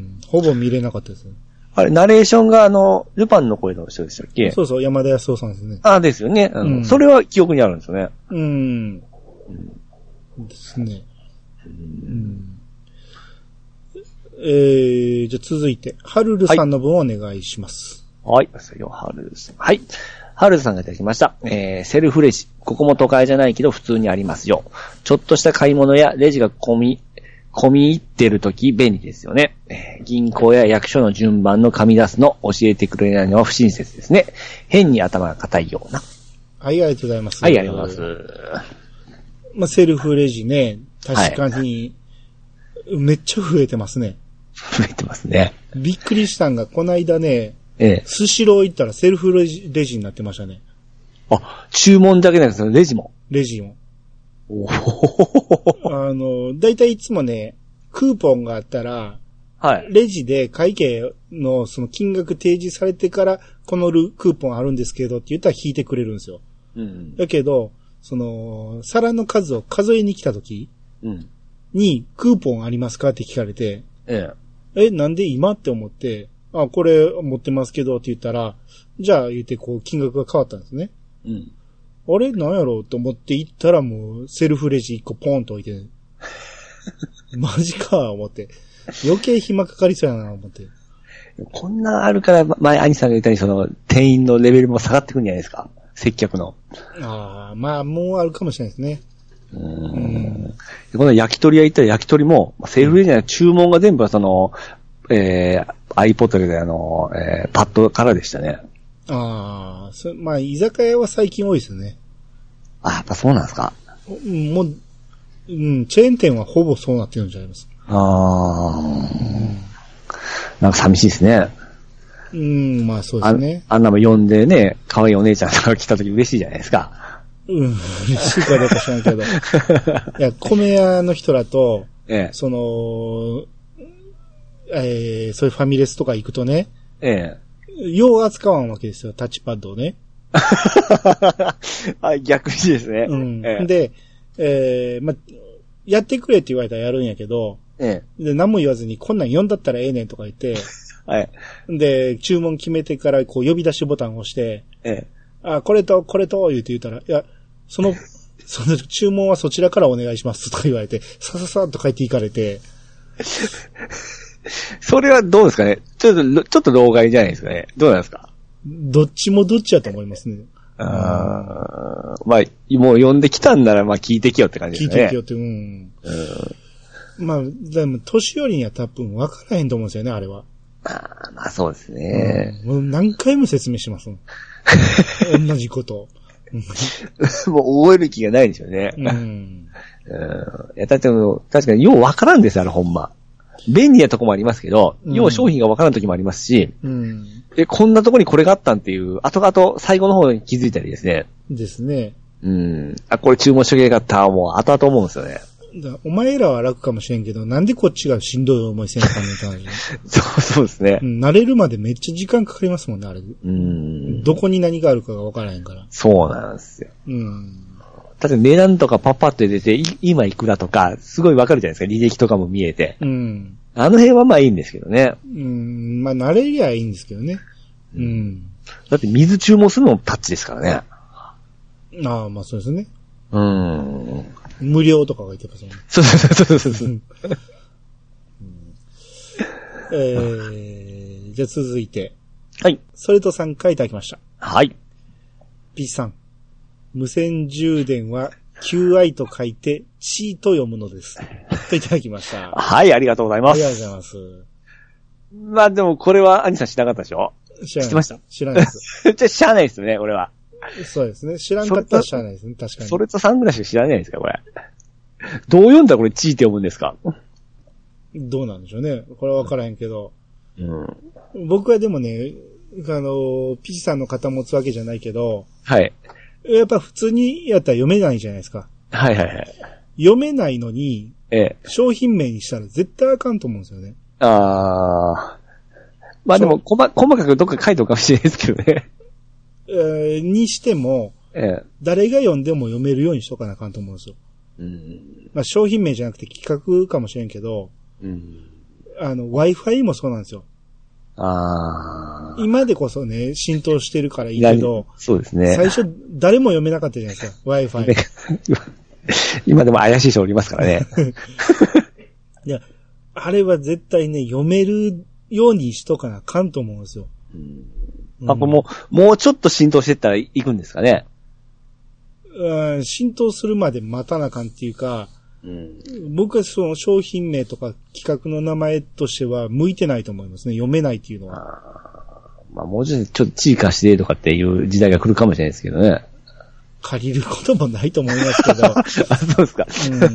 ん、ほぼ見れなかったですね。あれ、ナレーションがあの、ルパンの声の人でしたっけそうそう、山田康夫さんですね。ああ、ですよね、うんうんそれは記憶にあるんですよね。うん。ですね。うん。えー、じゃあ続いて、はるるさんの分をお願いします。はい。それをハルさん。はい。ハルさんがいただきました。えー、セルフレジ。ここも都会じゃないけど普通にありますよ。ちょっとした買い物やレジが混み、混み入ってるとき便利ですよね。えー銀行や役所の順番の紙出すの教えてくれないのは不親切ですね。変に頭が硬いような。はい、ありがとうございます。はい、ありがとうございます。す。まあ、セルフレジね、はい確かに、めっちゃ増えてますね。増えてますね。びっくりしたんが、この間ね、ええスシロー行ったらセルフレジレジになってましたね。あ、注文だけなんですよ、レジも。レジも。おおあの、だいたいいつもね、クーポンがあったら、はい。レジで会計のその金額提示されてから、このルクーポンあるんですけどって言ったら引いてくれるんですよ。うん。だけど、その、皿の数を数えに来た時うん。に、クーポンありますかって聞かれて、ええ。え、なんで今って思って、あ、これ持ってますけどって言ったら、じゃあ言ってこう金額が変わったんですね。うん。あれなんやろうと思って行ったらもうセルフレジ1個ポンと置いて、マジか、思って。余計暇かかりそうやな、思って。こんなあるから、ま前、兄さんが言ったように、その、店員のレベルも下がってくるんじゃないですか。接客の。ああ、まあ、もうあるかもしれないですね。う。うんん。この焼き鳥屋行ったら焼き鳥も、まあセルフレジじゃない、注文が全部はその、えー、iPod であの、えー、パッドからでしたね。ああ、そまあ、居酒屋は最近多いですよね。あ、やっぱそうなんですか。うんもう、うん、チェーン店はほぼそうなってるんじゃないですか。あー。なんか寂しいですね。うん、まあそうであすんね。あんなも呼んでね、可愛いお姉ちゃんが来た時嬉しいじゃないですか。うん、嬉しいかどうか知らんけ ど。いや、米屋の人らと、ええ。その、えー、そういうファミレスとか行くとね、ええ。 よう扱わんわけですよ、タッチパッドをね。あ、逆にですね。うん。ええ、で、えー、まあ、やってくれって言われたらやるんやけど、ええ。で、何も言わずに、こんなん読んだったらええねんとか言 って、はい。で、注文決めてから、こう、呼び出しボタンを押して、ええ。あ、これと、これと、言うて言ったら、いや、そ の、その注文はそちらからお願いしますとか言われて、さささっと帰っていかれて、それはどうですかねちょっと、ちょっと老害じゃないですかね。どうなんですかどっちもどっちやと思いますね。あーまあ、もう呼んできたんなら、まあ聞いてきよって感じ聞いですね。てきてよって、うん。まあ、でも、年寄りには多分分からへんと思うんですよね、あれは。あーまあそうですね。もう何回も説明しますもん。 同じこと。もう覚える気がないんですよね。ううんん。いや、だってもう、確かにようわからんですよ、あれほんま。便利なとこもありますけど、うんよう商品がわからん時もありますし、うん。え、こんなとこにこれがあったんっていう、後々最後の方に気づいたりですね。ですね。うん。あ、これ注文しとけばよかった、もう後々思うんですよね。 だお前らは楽かもしれんけど、なんでこっちがしんどい思いせなあかんねんって話。そう、そうですねう。ん、慣れるまでめっちゃ時間かかりますもんね、あれ。うん。どこに何があるかが分からへんから。そうなんですよ。うん。だって値段とかパッパって出て、い今いくらとか、すごいわかるじゃないですか。履歴とかも見えて。うん。あの辺はまあいいんですけどね。うん。まあ、慣れりゃいいんですけどね。うん。だって水注文するのもタッチですからね。ああ、まあそうですね。うん。無料とかがいてます もんね。そうそうそうそうそう。えー、じゃあ続いて、はい。それとさんからいただきました。はい。 P さん。無線充電は QI と書いて C と読むのです。といただきました。あはい、ありがとうございまりす。がとうございます。まあでもこれは兄さん知らなかったでしょ 知らない。知ってました知らないです。じゃあ知らないですよね、俺は。そうですね。知らんかったら知らないですね。確かに。それとサングラスしか知らないですか、これ。どう読んだらこれ、チーって読むんですかどうなんでしょうね。これは分からへんけど。うん。僕はでもね、あの、ピチさんの肩持つわけじゃないけど、はい。やっぱ普通にやったら読めないじゃないですか。はいはいはい。読めないのに、ええ。商品名にしたら絶対あかんと思うんですよね。あー。まあでも、こま、細かくどっか書いておくかもしれないですけどね。 えーにしても、ええ。誰が読んでも読めるようにしとかなあかんと思うんですよ。うん。まあ、商品名じゃなくて企画かもしれんけど、うん。あの、Wi-Fi もそうなんですよ。あー。今でこそね、浸透してるからいいけど、そうです最ね。初誰も読めなかったじゃないですか、Wi-Fi。 今でも怪しい人おりますからね。いや、あれは絶対ね、読めるようにしとかなあかんと思うんですよ。あ、これも う、もうちょっと浸透してったらいくんですかね。うん、浸透するまで待たなあかんっていうか、うん。僕はその商品名とか企画の名前としては向いてないと思いますね。読めないっていうのは。まあもうちょっと、ちょっと地位貸してとかっていう時代が来るかもしれないですけどね。 借りることもないと思いますけど。あ、そうですか。う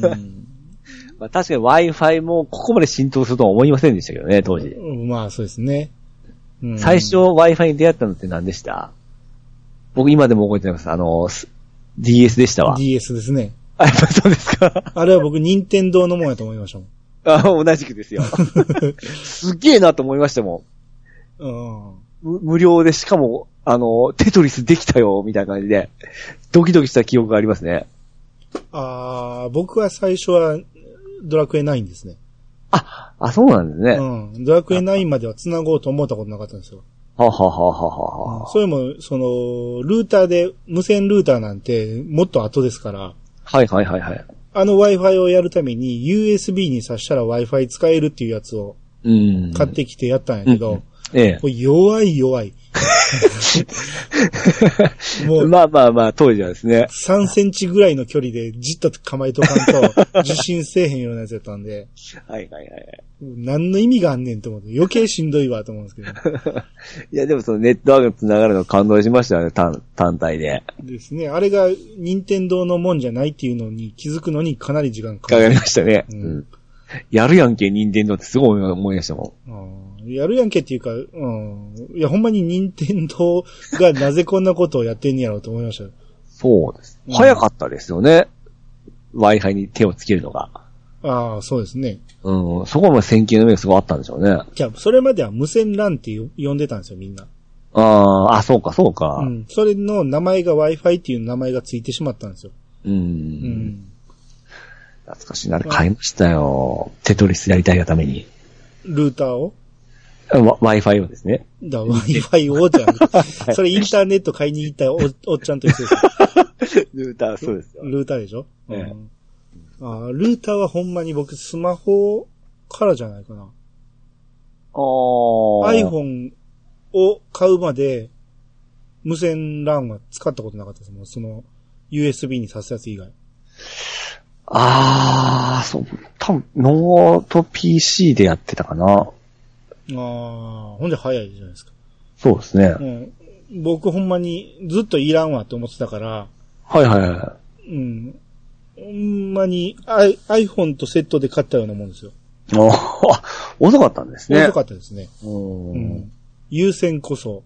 まあ確かに Wi-Fi もここまで浸透するとは思いませんでしたけどね、当時。ん、まあそうですね。うん最初 Wi-Fi に出会ったのって何でした僕今でも覚えてます。あの、す DS でしたわ。 DS ですね。あ、やっぱそうですか。 あれは僕、任天堂のもんやと思いましたもん。 あ、同じくですよ。すっげえなと思いましたもうん。ん。む無料で、しかも、あの、テトリスできたよ、みたいな感じで、ドキドキした記憶がありますね。あー僕は最初は、ドラクエ9ですね。あ、あ、そうなんですね。うはん。ドラクエ9までは繋ごうと思ったことなかったんですよ。ははははは。それも、その、ルーターで、無線ルーターなんて、もっと後ですから、はいはいはいはい。あの Wi-Fi をやるために USB に挿したら Wi-Fi 使えるっていうやつをうん。買ってきてやったんやけど、えこれ弱い弱い。もえ。う まあまあまあ、当時はですね。 3センチぐらいの距離でじっと構えとかん と受信せえへんようなやつやったんで、はいはいはい。何の意味があんねんと思って余計しんどいわと思うんですけど。いや、でもそのネットワーク繋がるの感動しましたよね、単、単体で。ですね。あれが任天堂のもんじゃないっていうのに気づくのにかなり時間かかかかる。りましたね。ううんん。やるやんけ、任天堂ってすごい思い出したもん。うんやるやんけっていうか、うん。いや、ほんまに任天堂がなぜこんなことをやってんねやろうと思いましたよ。 そうです。うん早かったですよね。Wi-Fi に手をつけるのが。ああ、そうですね。うん。そこも先見の目がすごいあったんでしょうね。あじゃあ、それまでは無線 LAN ってよ呼んでたんですよ、みんな。あー、あ、そうか、そうか。ううん。ん。それの名前が Wi-Fi っていう名前がついてしまったんですよ。うん。懐かしいな。あれ買いましたよ。テトリスやりたいがために。ルーターをわ Wi-Fi をですね。だ、Wi-Fi をじゃん。 それインターネット買いに行ったおおっちゃんと一緒ですよルーター、そうですよ。ルーターでしょ、ええうんあールーターはほんまに僕スマホからじゃないかな。ああ。 iPhone を買うまで無線 LAN は使ったことなかったですもん。その USB に挿すやつ以外。ああ、そう、多分ノート PC でやってたかな。ああ、ほんで早いじゃないですか。そうですね。うん。僕ほんまにずっといらんわと思ってたから、はいはいはうん。ほんまに I- iPhone とセットで買ったようなもんですよ。い。おー遅かったんです ね。遅かったですね。ううんん。優先こそ、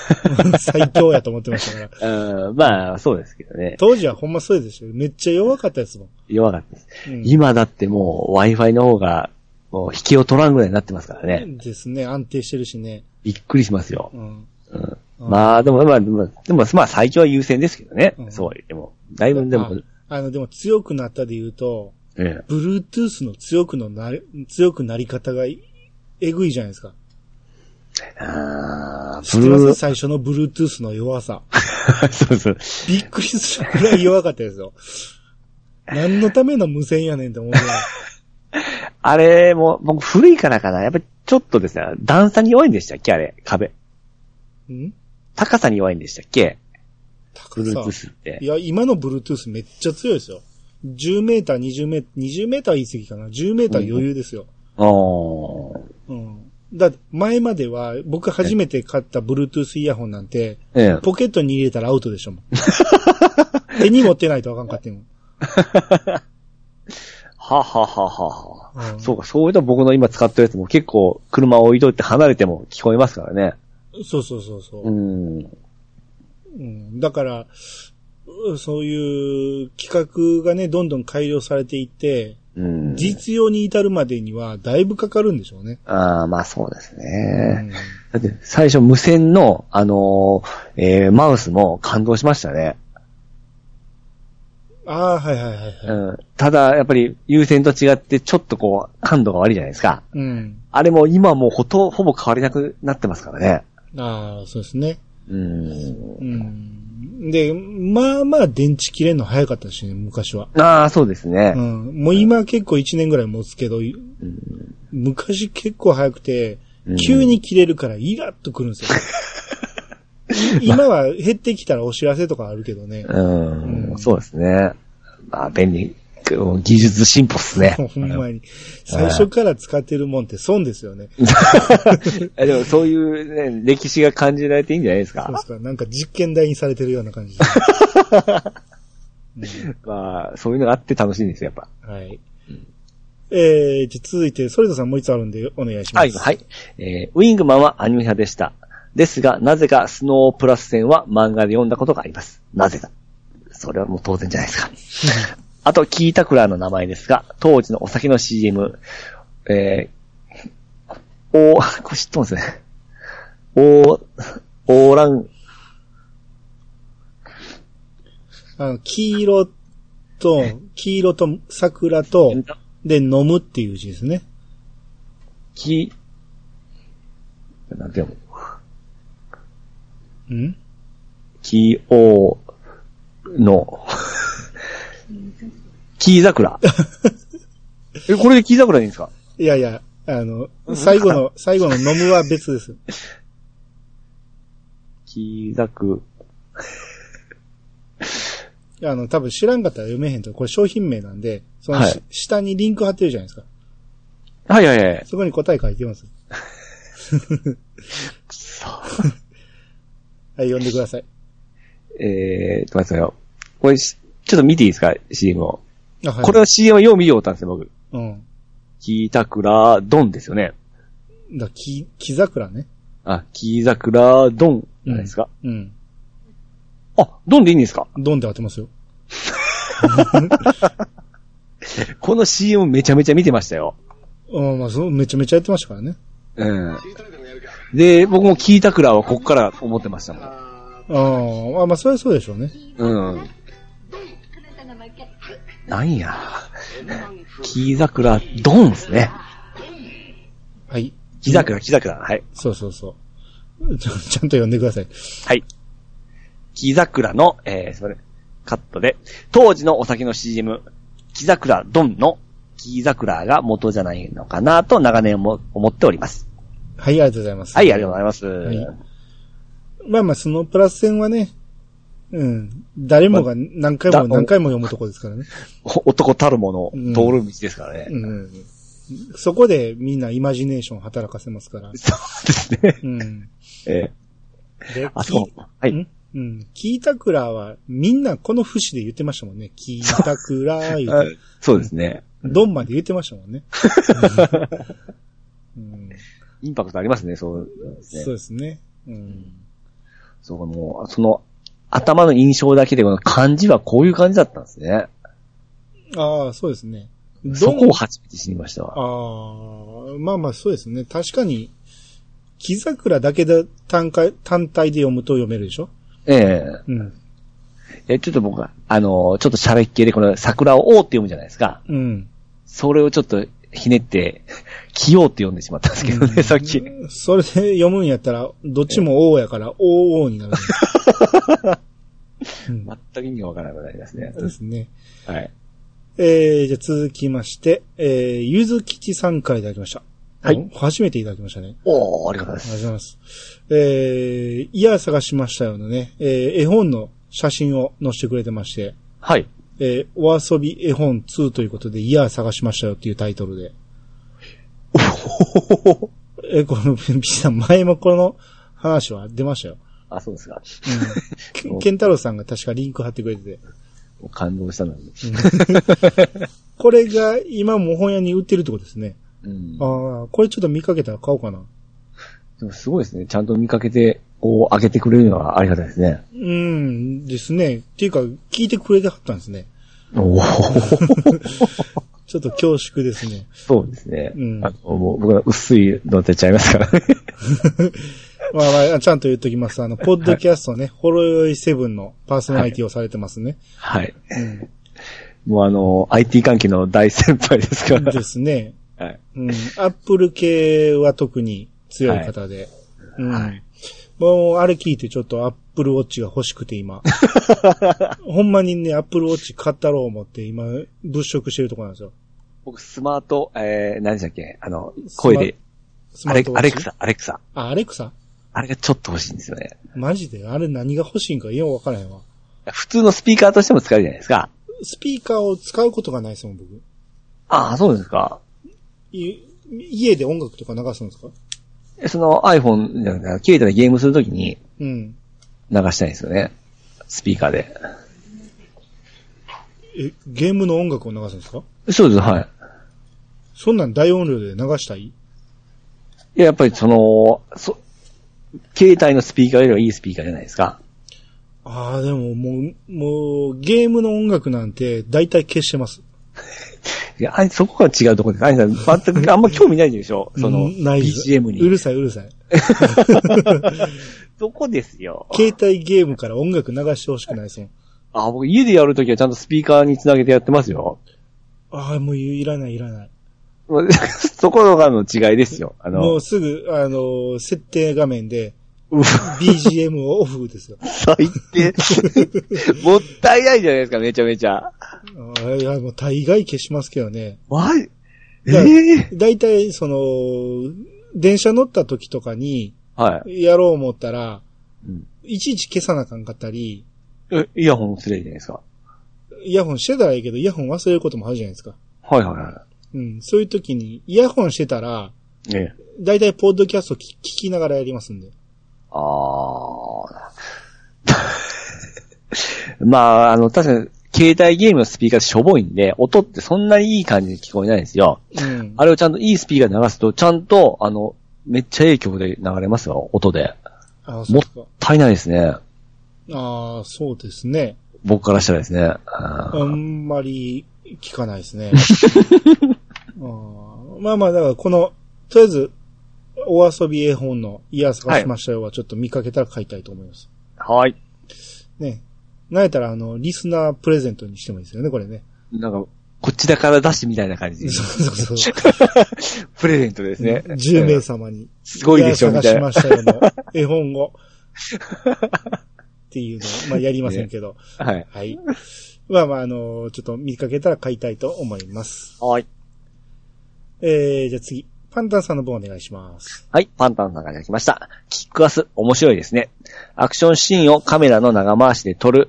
最強やと思ってましたから。 うんまあ、そうですけどね。当時はほんまそうですよ。めっちゃ弱かったですもん。弱かったです。うん今だってもう Wi-Fi の方が、もう引きを取らんぐらいになってますからね。ですね。安定してるしね。びっくりしますよう。ん。うんうんまあ、でも、まあ、でも、でもまあ、最強は優先ですけどねう。んそうは言っても。だいぶ、でも、ああの、でも強くなったで言うと、ええ Bluetooth の強くのなれ、強くなり方がいえぐいじゃないですか。あー 知ってます最初の Bluetooth の弱さ。そうそう。びっくりするくらい弱かったですよ。何のための無線やねんって思うぐらい。あれも、僕古いからかな。やっぱりちょっとですね、段差に弱いんでしたっけあれ、壁。うん高さに弱いんでしたっけ高さ。 ?Bluetooth ってい。や、今の Bluetooth めっちゃ強いですよ。10メーター、20メーター、20メーター言い過ぎかな。10メーター余裕ですよ。おー。うん。だって前までは、僕初めて買った Bluetooth イヤホンなんて、ええ。ポケットに入れたらアウトでしょもん。手に持ってないとあかんかってんもん。ははははは、うんそうか、そういうと僕の今使ってるやつも結構車を置いといて離れても聞こえますからね。そうそうそうそうう。ん。うん、だから、うそういう企画がね、どんどん改良されていって、うん。実用に至るまでにはだいぶかかるんでしょうね。ああ、まあそうですね。うんだって最初無線の、あのーえーマウスも感動しましたね。ああ、はいはいはいはうい。ん。ただ、やっぱり優先と違ってちょっとこう、感度が悪いじゃないですか。うん。あれも今もうほと、ほぼ変わりなくなってますからね。ああ、そうですね。ううん。ん。で、まあまあ電池切れんの早かったしね、昔は。ああ、そうですねう。ん。もう今結構1年ぐらい持つけど、うん昔結構早くてうん、急に切れるからイラッとくるん ですよ。い今は減ってきたらお知らせとかあるけどね。うんうんそうですね。まあ、便利。技術進歩っす ね。ほんまに。最初から使ってるもんって損ですよね。えでもそういうね、歴史が感じられていいんじゃないですそうでか。すか。なんか実験台にされてるような感じで。まあ、そういうのがあって楽しいんですよ、やっぱ。 はい。えー、じゃあ続いて、ソリドさんもう一つあるんでお願いします。はい。えーウィングマンはアニメ派でした。ですが、なぜかスノープラス戦は漫画で読んだことがあります。なぜだそれはもう当然じゃないですか。あと、キータクラーの名前ですが、当時のお酒の CM、えー、おー、これ知ってますね。おー、おーらん、あの、黄色と、黄色と桜と、で、飲むっていう字ですね。き、なんて読むうんき、おー、の、 キー桜。 え、これでキー桜でいいんですかいやいや、あの、最後の、最後の飲むは別です。キー桜。あの、多分知らんかったら読めへんと、これ商品名なんで、そのし、はい下にリンク貼ってるじゃないですか。はいはいはい。そこに答え書いてます。 はい、読んでください。えー、ちょっと待ってくださいよ。これし、ちょっと見ていいですか ?CM を。あ、はい。これは CM はよう見ようったんですよ、僕。うん。キー桜ドンですよね。だ、き、木桜ね。あ、キー桜ドンじゃないですか。うん。あ、ドンでいいんですかドンで当てますよ。 この CM めちゃめちゃ見てましたよ。うん、まあ、そう、めちゃめちゃやってましたからね。うん。で、僕もキータクラはこっから思ってましたもん。ああ、まあ、それはそうでしょうね。うん。あなたの負け。なんや。キーザクラ、ドンですね。はい。キーザクラ、キーザクラ。はい。そうそうそう。ちゃんちゃんと読んでください。はい。木桜の、えー、それ、カットで、当時のお酒の CM、木桜ドンの木桜が元じゃないのかなと長年も思っております。はい、ありがとうございます。はい、ありがとうございます。いまあまあ、そのプラス戦はね、うん。誰もが何回もだ何回も読むとこですからね。お男たるもの、通る道ですからね。うん。そこでみんなイマジネーション働かせますから。そうですね。うん。えでー、 あそこき、はい。んうん。キータクラはみんなこの節で言ってましたもんね。キータクラ言うて。そうですね。ドンまで言ってましたもん ね。うん、インパクトありますね、そうですねそうですね。うん。そう、この、その、頭の印象だけで、この漢字はこういう感じだったんですね。ああ、そうですね。そドンこを初めて知りましたわ。ああ、まあまあそうですね。確かに、木桜だけで単体単体で読むと読めるでしょええうん。え、ちょっと僕は、あのー、ちょっとシャレっ気で、この桜を王って読むじゃないですか。うん。それをちょっとひねって、 起用って読んでしまったんですけどね、さっき。それで読むんやったら、どっちも王やから、王王になる。うん全く意味がわからなくなりますね そう。ですね。はい。えー、じゃあ続きまして、えー、ゆずきちさんからいただきました。はいお。初めていただきましたね。おー、ありがとうござありいがまとうごす。ざいます。えー、いや探しましたようなね、えー、絵本の写真を載せてくれてまして、はい。えーお遊び絵本2ということで、イヤー探しましたよっていうタイトルで。えーこの、ピンさん、前もこの話は出ましたよ。 あ、そうですか。 けケンタロウさんが確かリンク貼ってくれてて。もう感動したのに。これが今も本屋に売ってるってことですね。うん。でああ、これちょっと見かけたら買おうかな。もすごいですね。ちゃんと見かけて、こう、上げてくれるのはありがたいですね。うん、ですね。っていうか、聞いてくれてはったんですね。おー。ちょっと恐縮ですね。 そうですね。うんあのもう僕は薄いの出ちゃいますからね。まあまあ、ちゃんと言っときます。あの、ポッドキャストね、ホロヨイセブンのパーソナリティをされてますね。 はい。もうあの、IT 関係の大先輩ですかうんら。ですね。はい。うん。アップル系は特に強い方で。うん。はいもう、あれ聞いてちょっとアップルウォッチが欲しくて 今。ほんまにね、アップルウォッチ買ったろう思って今、物色してるところなんですよ。僕、スマート、えー、何でしたっけあの、声で、スアマーレトウォッアチレク。サ、アレクサ。あ、アレクサあれがちょっと欲しいんですよね。マジであれ何が欲しいんかようわからへんわ。普通のスピーカーとしても使えるじゃないですか。スピーカーを使うことがないですもん、僕。ああ、そうですか。い家で音楽とか流すんですかえその iPhone じゃなくて、携帯でゲームするときにうん。流したいんですよね。スピーカーで。え、ゲームの音楽を流すんですかそうです、はい。そんなん大音量で流したいいや、やっぱりその、そ、携帯のスピーカーよりはいいスピーカーじゃないですか。ああ、でももう、もう、ゲームの音楽なんて大体消してます。いや、あいそこが違うところです。あいさん、全くあんま興味ないでしょその、うんないです BGM うに。るさい、うるさい。そこですよ。携帯ゲームから音楽流してほしくないですもん。あ、僕家でやるときはちゃんとスピーカーにつなげてやってますよ。 ああ、もういらない、いらない。そこがの違いですよ。あものう、すぐ、あの、設定画面でうわ BGM をオフ ですよ。最 低。もったいないじゃないですか、めちゃめちゃ。ああいや、もう大概消しますけどね。わいえいやえ大体、その、電車乗った時とかに、はい。やろう思ったら、うんいちいち消さなあかんかったり、え、イヤホンすればいいじゃないですか。イヤホンしてたらいいけど、イヤホン忘れることもあるじゃないですか。はいはいはうん、そういう時に、イヤホンしてたら、い。ねだいたいポッドキャスト聞聞きながらやりますんで。あー。 まあ、あの、確かに、携帯ゲームのスピーカーってしょぼいんで、音ってそんなにいい感じに聞こえないんですよ。うん。あれをちゃんといいスピーカーで流すと、ちゃんと、あの、めっちゃいい曲で流れますよ、音で。あ、そもうっか。たいないですね。ああ、そうですね。僕からしたらですね。あうんんまり聞かないです ね。あーまあまあ、だからこの、とりあえず、お遊び絵本のイヤー探しましたよはちょっと見かけたら買いたいと思います。はい。ね。なんやったら、あの、リスナープレゼントにしてもいいですよね、これね。なんか、こっちだから出してみたいな 感じで。そうそうそう。プレゼントですね。 10名様に。すごいでしょ、いやみたい探な。しましたよ、もう。絵本を。っていうのを、 まあ、やりませんけど。はい。はい。まあまあ、あのちょっと見かけたら買いたいと思います。はい。えー、じゃあ次。パンタンさんの分お願いします。はい、パンタンさんがいただきました。キックアス、面白いですね。アクションシーンをカメラの長回しで撮る、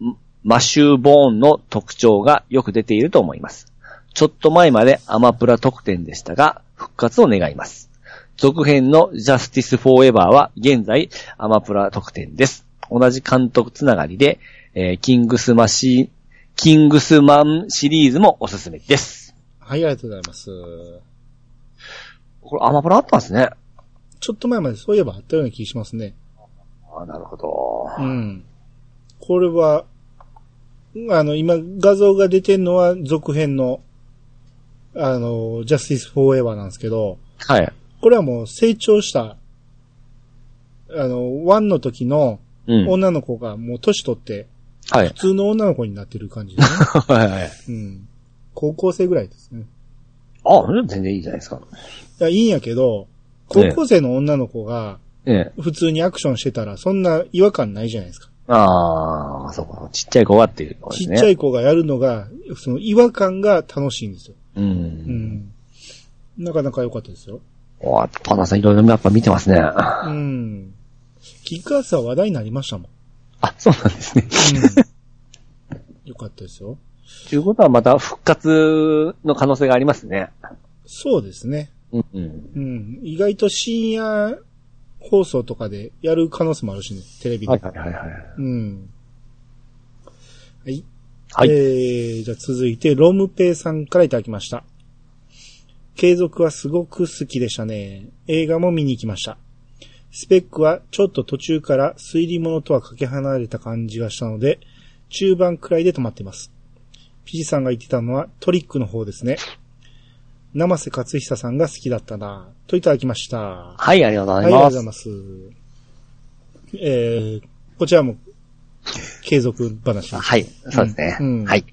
んマシューボーンの特徴がよく出ていると思います。ちょっと前までアマプラ特典でしたが、復活を願います。続編のジャスティス・フォーエバーは現在アマプラ特典です。同じ監督つながりで、えーキングスマシキングスマンシリーズもおすすめです。はい、ありがとうございます。これアマプラあったんですね。ちょっと前までそういえばあったような気がしますね。あなるほど。うん。これは、あの、今画像が出てんのは続編の、あの、ジャスティス・フォーエバーなんですけど、はい。これはもう成長した、あの、ワンの時のうん。女の子がもう年取って、はい普。通の女の子になってる感じですね。 はいはい。うん。高校生ぐらいですね。あ、全然いいじゃないですか。いや、いいんやけど、高校生の女の子がええ。普通にアクションしてたらそんな違和感ないじゃないですか。ああ、そうか。ちっちゃい子はっていうことでちすっね。ちゃい。い子がやるのが、その違和感が楽しいんですよ。うん。うん。なかなか良かったですよ。おーパナさんいろいろやっぱ見てますね。あ、うん。キックアスは話題になりましたもん。そうなんですね。 うん。良かったですよ。ということはまた復活の可能性がありますね。そうですね。うん、うん。うん。意外と深夜放送とかでやる可能性もあるしね、テレビで。はいはいはいはい。うん。はい。はい。えー、じゃあ続いて、ロムペイさんからいただきました。継続はすごく好きでしたね。映画も見に行きました。スペックはちょっと途中から推理物とはかけ離れた感じがしたので、中盤くらいで止まってます。ピジさんが言ってたのはトリックの方ですね。生瀬勝久さんが好きだったなぁといただきました。はい、ありがとうごはい、あざりいがとうござます。います。えー、こちらも、継続話。はい、そうですね。うんはい。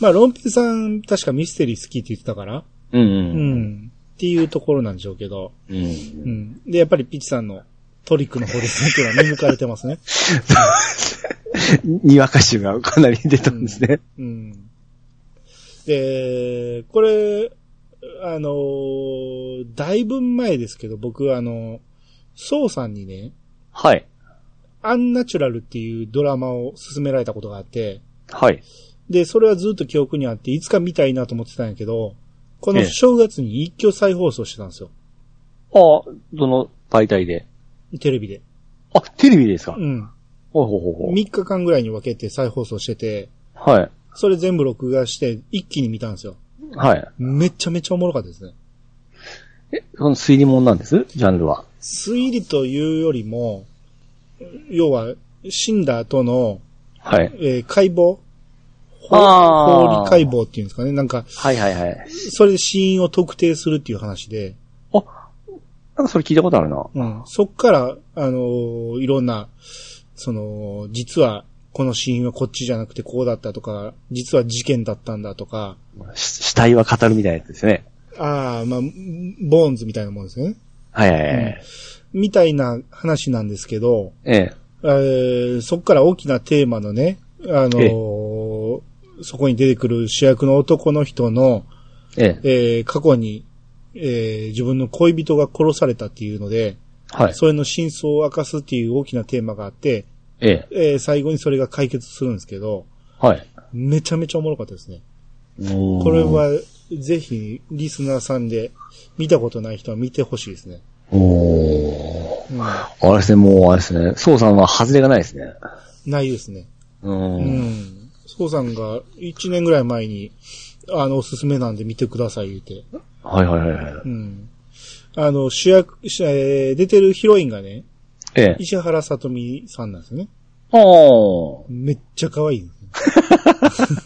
まあ、ロンピンさん、確かミステリー好きって言ってたから、うんううん。ん、っていうところなんでしょうけど、うん。うん。で、やっぱりピチさんのトリックの方ですね、っていうのは見抜かれて ますね。にわか集がかなり出たんですね。うん。で、これ、あのーだいぶ前ですけど、僕、あの、ソウさんにね、はい。アンナチュラルっていうドラマを勧められたことがあって、はい。で、それはずっと記憶にあって、いつか見たいなと思ってたんやけど、こえのえ正月に一挙再放送してたんですよ。あどの媒体で。テレビで。あ、テレビですか、うん。ほうほうほうほう3。日間ぐらいに分けて再放送してて、はい。それ全部録画して一気に見たんですよ。はい。めちゃめちゃおもろかったですね。え、その推理もんなんですジャンルは。推理というよりも、要は、死んだ後の、はい。えー解剖法あー法理解剖っていうんですかね。なんか、はいはいはい。それで死因を特定するっていう話で、あ、なんかそれ聞いたことあるな。うん、そっから、あのーいろんな、その、実は、この死因はこっちじゃなくてこうだったとか、実は事件だったんだとか、し死体は語るみたいなやつですね。ああ、まあ、ボーンズみたいなもんですよね。はいはいはい。みたいな話なんですけど、ええ。えーそっから大きなテーマのね、あのーえそこに出てくる主役の男の人の、ええ。えー過去に、えー自分の恋人が殺されたっていうので、はい。それの真相を明かすっていう大きなテーマがあって、ええ。えー最後にそれが解決するんですけど、はい。めちゃめちゃおもろかったですね。ここれ。は、ぜひ、リスナーさんで、見たことない人は見てほしいですね。うんおーあれですね、もうあれですね。そうさんは外れがないですね。ないですね。う。うんん。そうさんが、1年ぐらい前に、あの、おすすめなんで見てください、言うて。はいはいはいはい。うん。あの、主役、しえー出てるヒロインがね、ええ。石原さとみさんなんですよね。ああ。めっちゃ可愛いで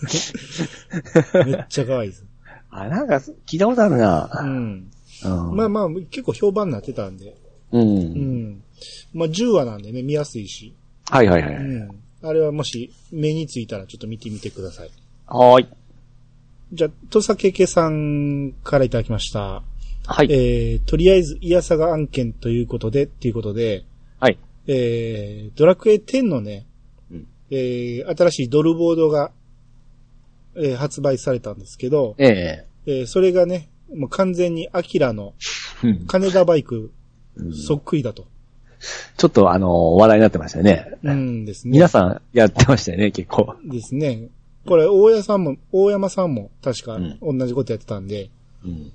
す ね。めっちゃ可愛いです。あ、なんか、聞いたことあるうな。ん。うん。まあまあ、結構評判になってたんで。う。うんん。まあ、10話なんでね、見やすいし。はいはいはうい。ん。あれはもし、目についたらちょっと見てみてください。はーい。じゃあ、とさけけさんからいただきました。はい。えー、とりあえず、イヤサガ案件ということで、っていうことで、はい。えー、ドラクエ10のね、うんえー、新しいドルボードが、えー、発売されたんですけど、ええ。えー、それがね、もう完全にアキラのうん金田バイクうんそっくりだと。ちょっとあの、話題になってましたよね。うんですね。皆さんやってましたよね、結構。ですね。これ、大家さんも、大山さんも確かうん同じことやってたんで、うん。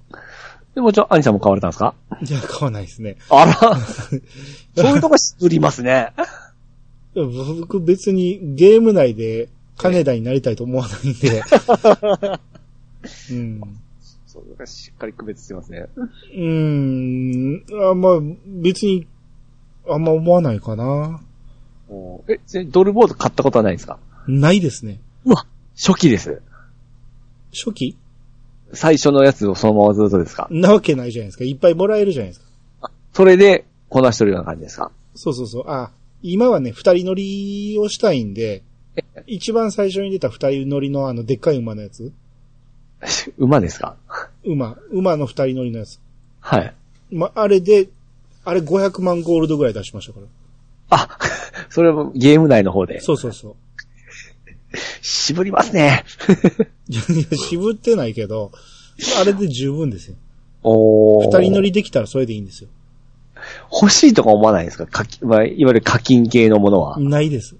でもちょ、兄さんも買われたんですかいや、買わないですね。あら そういうとこ知りますね。いや僕別にゲーム内で金田になりたいと思わないん で。うん。そうか、しっかり区別してますね。うーん。あまあ、別に、あんま思わないかな。え、ちなみにドルボード買ったことはないんですかないですね。うわ、初期です。初期最初のやつをそのままずっとですかなわけないじゃないですか。いっぱいもらえるじゃないですか。それで、こなしてるような感じですかそうそうそう。あ、今はね、二人乗りをしたいんで、一番最初に出た二人乗りのあの、でっかい馬のやつ。 馬ですか馬、馬の二人乗りのやつ。はい。ま、あれで、あれ500万ゴールドぐらい出しましたから。あ、 それもゲーム内の方で。そうそうそう。 渋りますね。いやいや、渋ってないけど、あれで十分ですよ。 お二ー人乗りできたらそれでいいんですよ。欲しいとか思わないですか課金、まあ、いわゆる課金系のものは。ないです。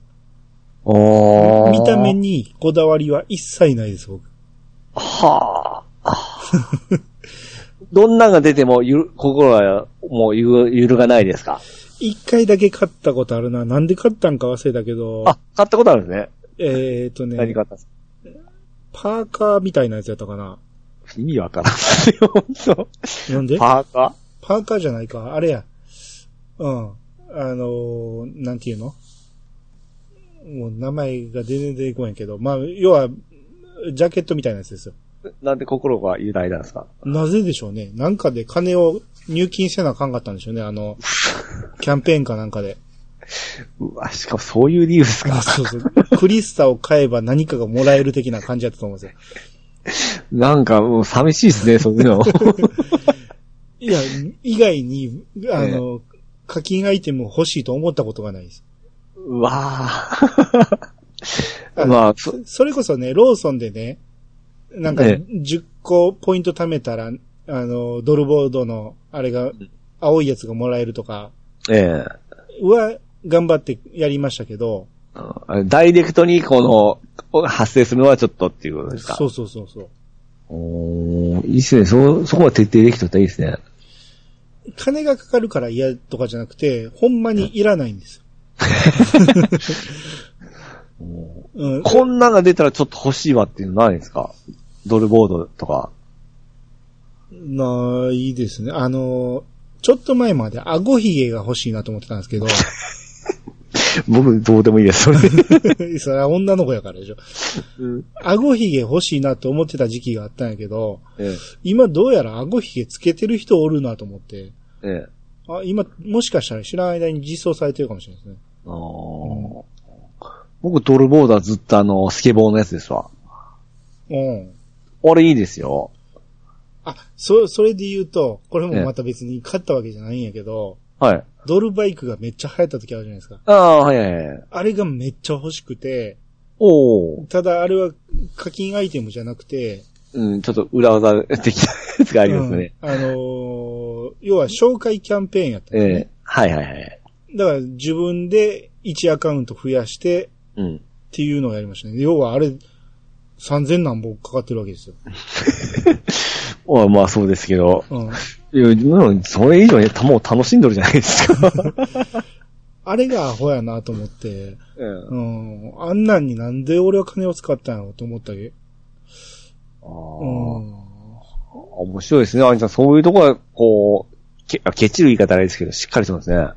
おー見た目。にこだわりは一切ないです、僕。はあ。 どんなんが出てもゆる、心はもうゆる、揺るがないですか一回だけ買ったことあるな。なんで買ったんか忘れたけど、あ、買ったことあるんですね。えっ、ー、と何ね、買ったんですかパーカーみたいなやつやったかな。意味わからんですよ、本なん当でパーカーパーカーじゃないか。あれや。うん。あのーなんていうのもう名前が全然出てこへんけど、まあ、要は、ジャケットみたいなやつですよ。なんで心が由来なんですかなぜでしょうね。なんかで金を入金せなあかんかったんでしょうね。あの、キャンペーンかなんかで。うわ、しかもそういう理由ですかあそうそう。クリスタを買えば何かがもらえる的な感じだったと思うんですよ。なんかもう寂しいですね、そういう の。いや、以外に、あの、課金アイテム欲しいと思ったことがないです。うわあまあ、そそれこそね、ローソンでね、なんかえ10個ポイント貯めたら、あの、ドルボードの、あれが、青いやつがもらえるとか、ええは、頑張ってやりましたけど、うんダイレクトにこの、発生するのはちょっとっていうことですかそうそうそうそう。おーいいっすね。そ、そこは徹底できとったらいいですね。金がかかるから嫌とかじゃなくて、ほんまにいらないんですよ。うん、こんなんが出たらちょっと欲しいわっていうのないですかドルボードとか。ないですね。あの、ちょっと前まで顎ひげが欲しいなと思ってたんですけ ど、僕、どうでもいいです、それ。それは女の子やからでしょ。顎ひげ欲しいなと思ってた時期があったんやけど、 え今どうやら顎ひげつけてる人おるなと思って、え。ええ。あ、今、もしかしたら知らん間に実装されてるかもしれないですね。あー僕、ドルボーダーずっとあの、スケボーのやつですわ。うん。あれいいですよ。あ、そ、それで言うと、これもまた別に勝ったわけじゃないんやけど、はい。ドルバイクがめっちゃ流行った時あるじゃないですか。ああ、はいはいはい。あれがめっちゃ欲しくて、おー。ただあれは課金アイテムじゃなくて、うん、ちょっと裏技的なやつがありますね。うんあのー要は紹介キャンペーンやったんですえね、え。はいはいはい。だから自分で1アカウント増やしてうん。っていうのをやりましたね。要はあれ、3000何本かかってるわけですよ。まあまあそうですけど。 うん。いや、でもそれ以上にもう楽しんどるじゃないですか。あれがアホやなと思って、 うんうん。あんなんになんで俺は金を使ったんやろうと思ったけあど。うーん。面白いですね。アニさん、そういうとこは、こう、け、あケチる言い方あれですけど、しっかりしてますね。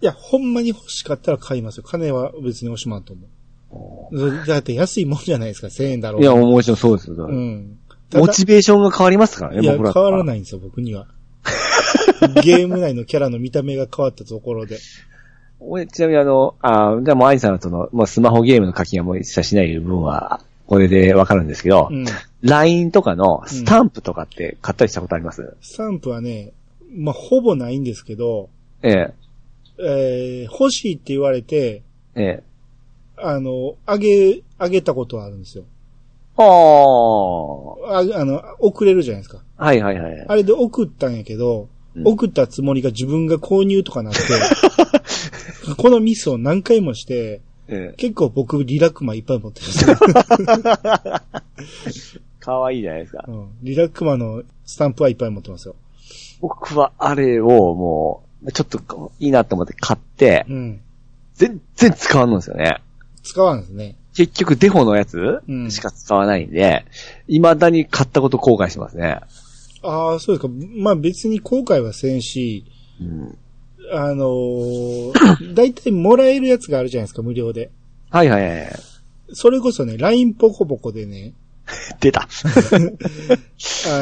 いや、ほんまに欲しかったら買いますよ。金は別に惜しまんと思う。だって安いもんじゃないですか、1000円だろう。いや、もちろんそうですよ。うん。ただモチベーションが変わりますからね、いや、僕変わら。らい。ないんですよ、僕 には。ゲーム内のキャラの見た目が変わったところで。俺ちなみにあの、あーじゃあもうアニさんとの、まあ、スマホゲームの課金はもう一切しない分は、これでわかるんですけど、うん。 LINE とかのスタンプとかって買ったりしたことあります、スタンプはね、まあ、ほぼないんですけど、ええ、えー、欲しいって言われて、ええ。あの、あげ、あげたことはあるんですよ。ああ、あはあの、送れるじゃないですか。いはいはい。あれで送ったんやけど、うん送ったつもりが自分が購入とか なって、このミスを何回もして、ええ、結構僕リラックマいっぱい持ってるんです よ。かわいいじゃないですかう。ん、リラックマのスタンプはいっぱい持ってますよ。僕はあれをもう、ちょっとこういいなと思って買って、うん。全然使わんのですよね。使わんですね。結局デフォのやつうんしか使わないんで、未だに買ったこと後悔してますね。ああ、そうですか。まあ別に後悔はせんし、うん、あの ー、だいたいもらえるやつがあるじゃないですか、無料で。はいはいはいはい。それこそね、LINE ポコポコでね、出た。あ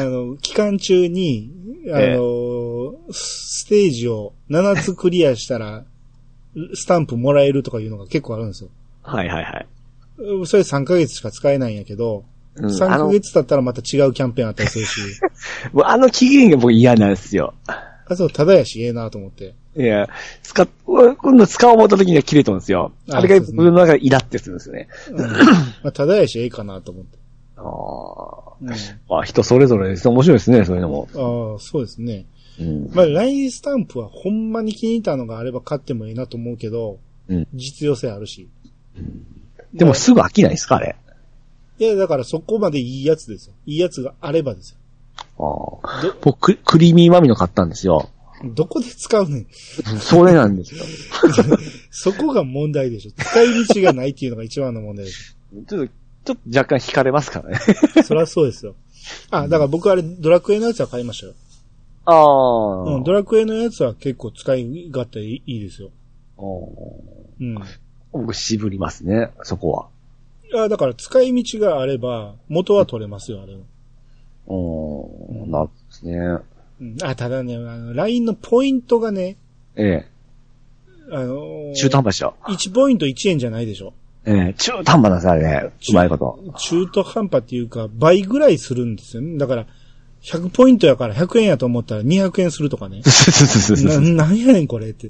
の、期間中に、あのえースステージを7つクリアしたら、スタンプもらえるとかいうのが結構あるんですよ。はいはいはい。うんそれ3ヶ月しか使えないんやけど、うん、 3あヶの、月経ったらまた違うキャンペーンあったりする し、もうあの期限が僕嫌なんですよ。あ、そう、ただやしええなと思って。いや、使っ、今度使おう思った時には切れとるんですよ。ああれがそうです僕ねの中でイラってするんですよね。うんまあ、ただやしええかなと思って。あうんあ。まあ人それぞれです。面白いですね、そういうのも。ああ、そうですね。うん。まあ、LINE スタンプはほんまに気に入ったのがあれば買ってもいいなと思うけど、うん実用性あるし。でもすぐ飽きないですか、あれ。いや、だからそこまでいいやつですよ。いいやつがあればですよ。ああ。僕、ククリーミーマミの買ったんですよ。どこで使うねん。それなんですよ。そこが問題でしょ。使い道がないっていうのが一番の問題でしちょっと、ちょっと若干惹かれますからね。ょ。そりゃそうですよ。あ、だから僕あれ、ドラクエのやつは買いましたよ。ああ。うん、ドラクエのやつは結構使い勝手いいですよ。うん。僕、渋りますね、そこは。あだから使い道があれば、元は取れますよ、あれも。うん。なるほどですね。うん、あ、ただね、あの、LINE のポイントがね、えあのーえ。中途半端でした。 1ポイント1円じゃないでしょ。ええ、中途半端なんです、あれね。うまい こと。中途半端っていうか、倍ぐらいするんですよね。だから、100ポイントやから100円やと思ったら200円すると かね。そうそうそうな、そう。なんやねんこれって。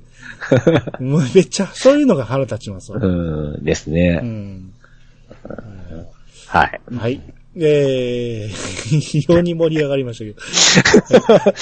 もうめっちゃ、そういうのが腹立ちますわ。うん、ですうね。ん。はい。 はい。えー、非常に盛り上がりましたけど。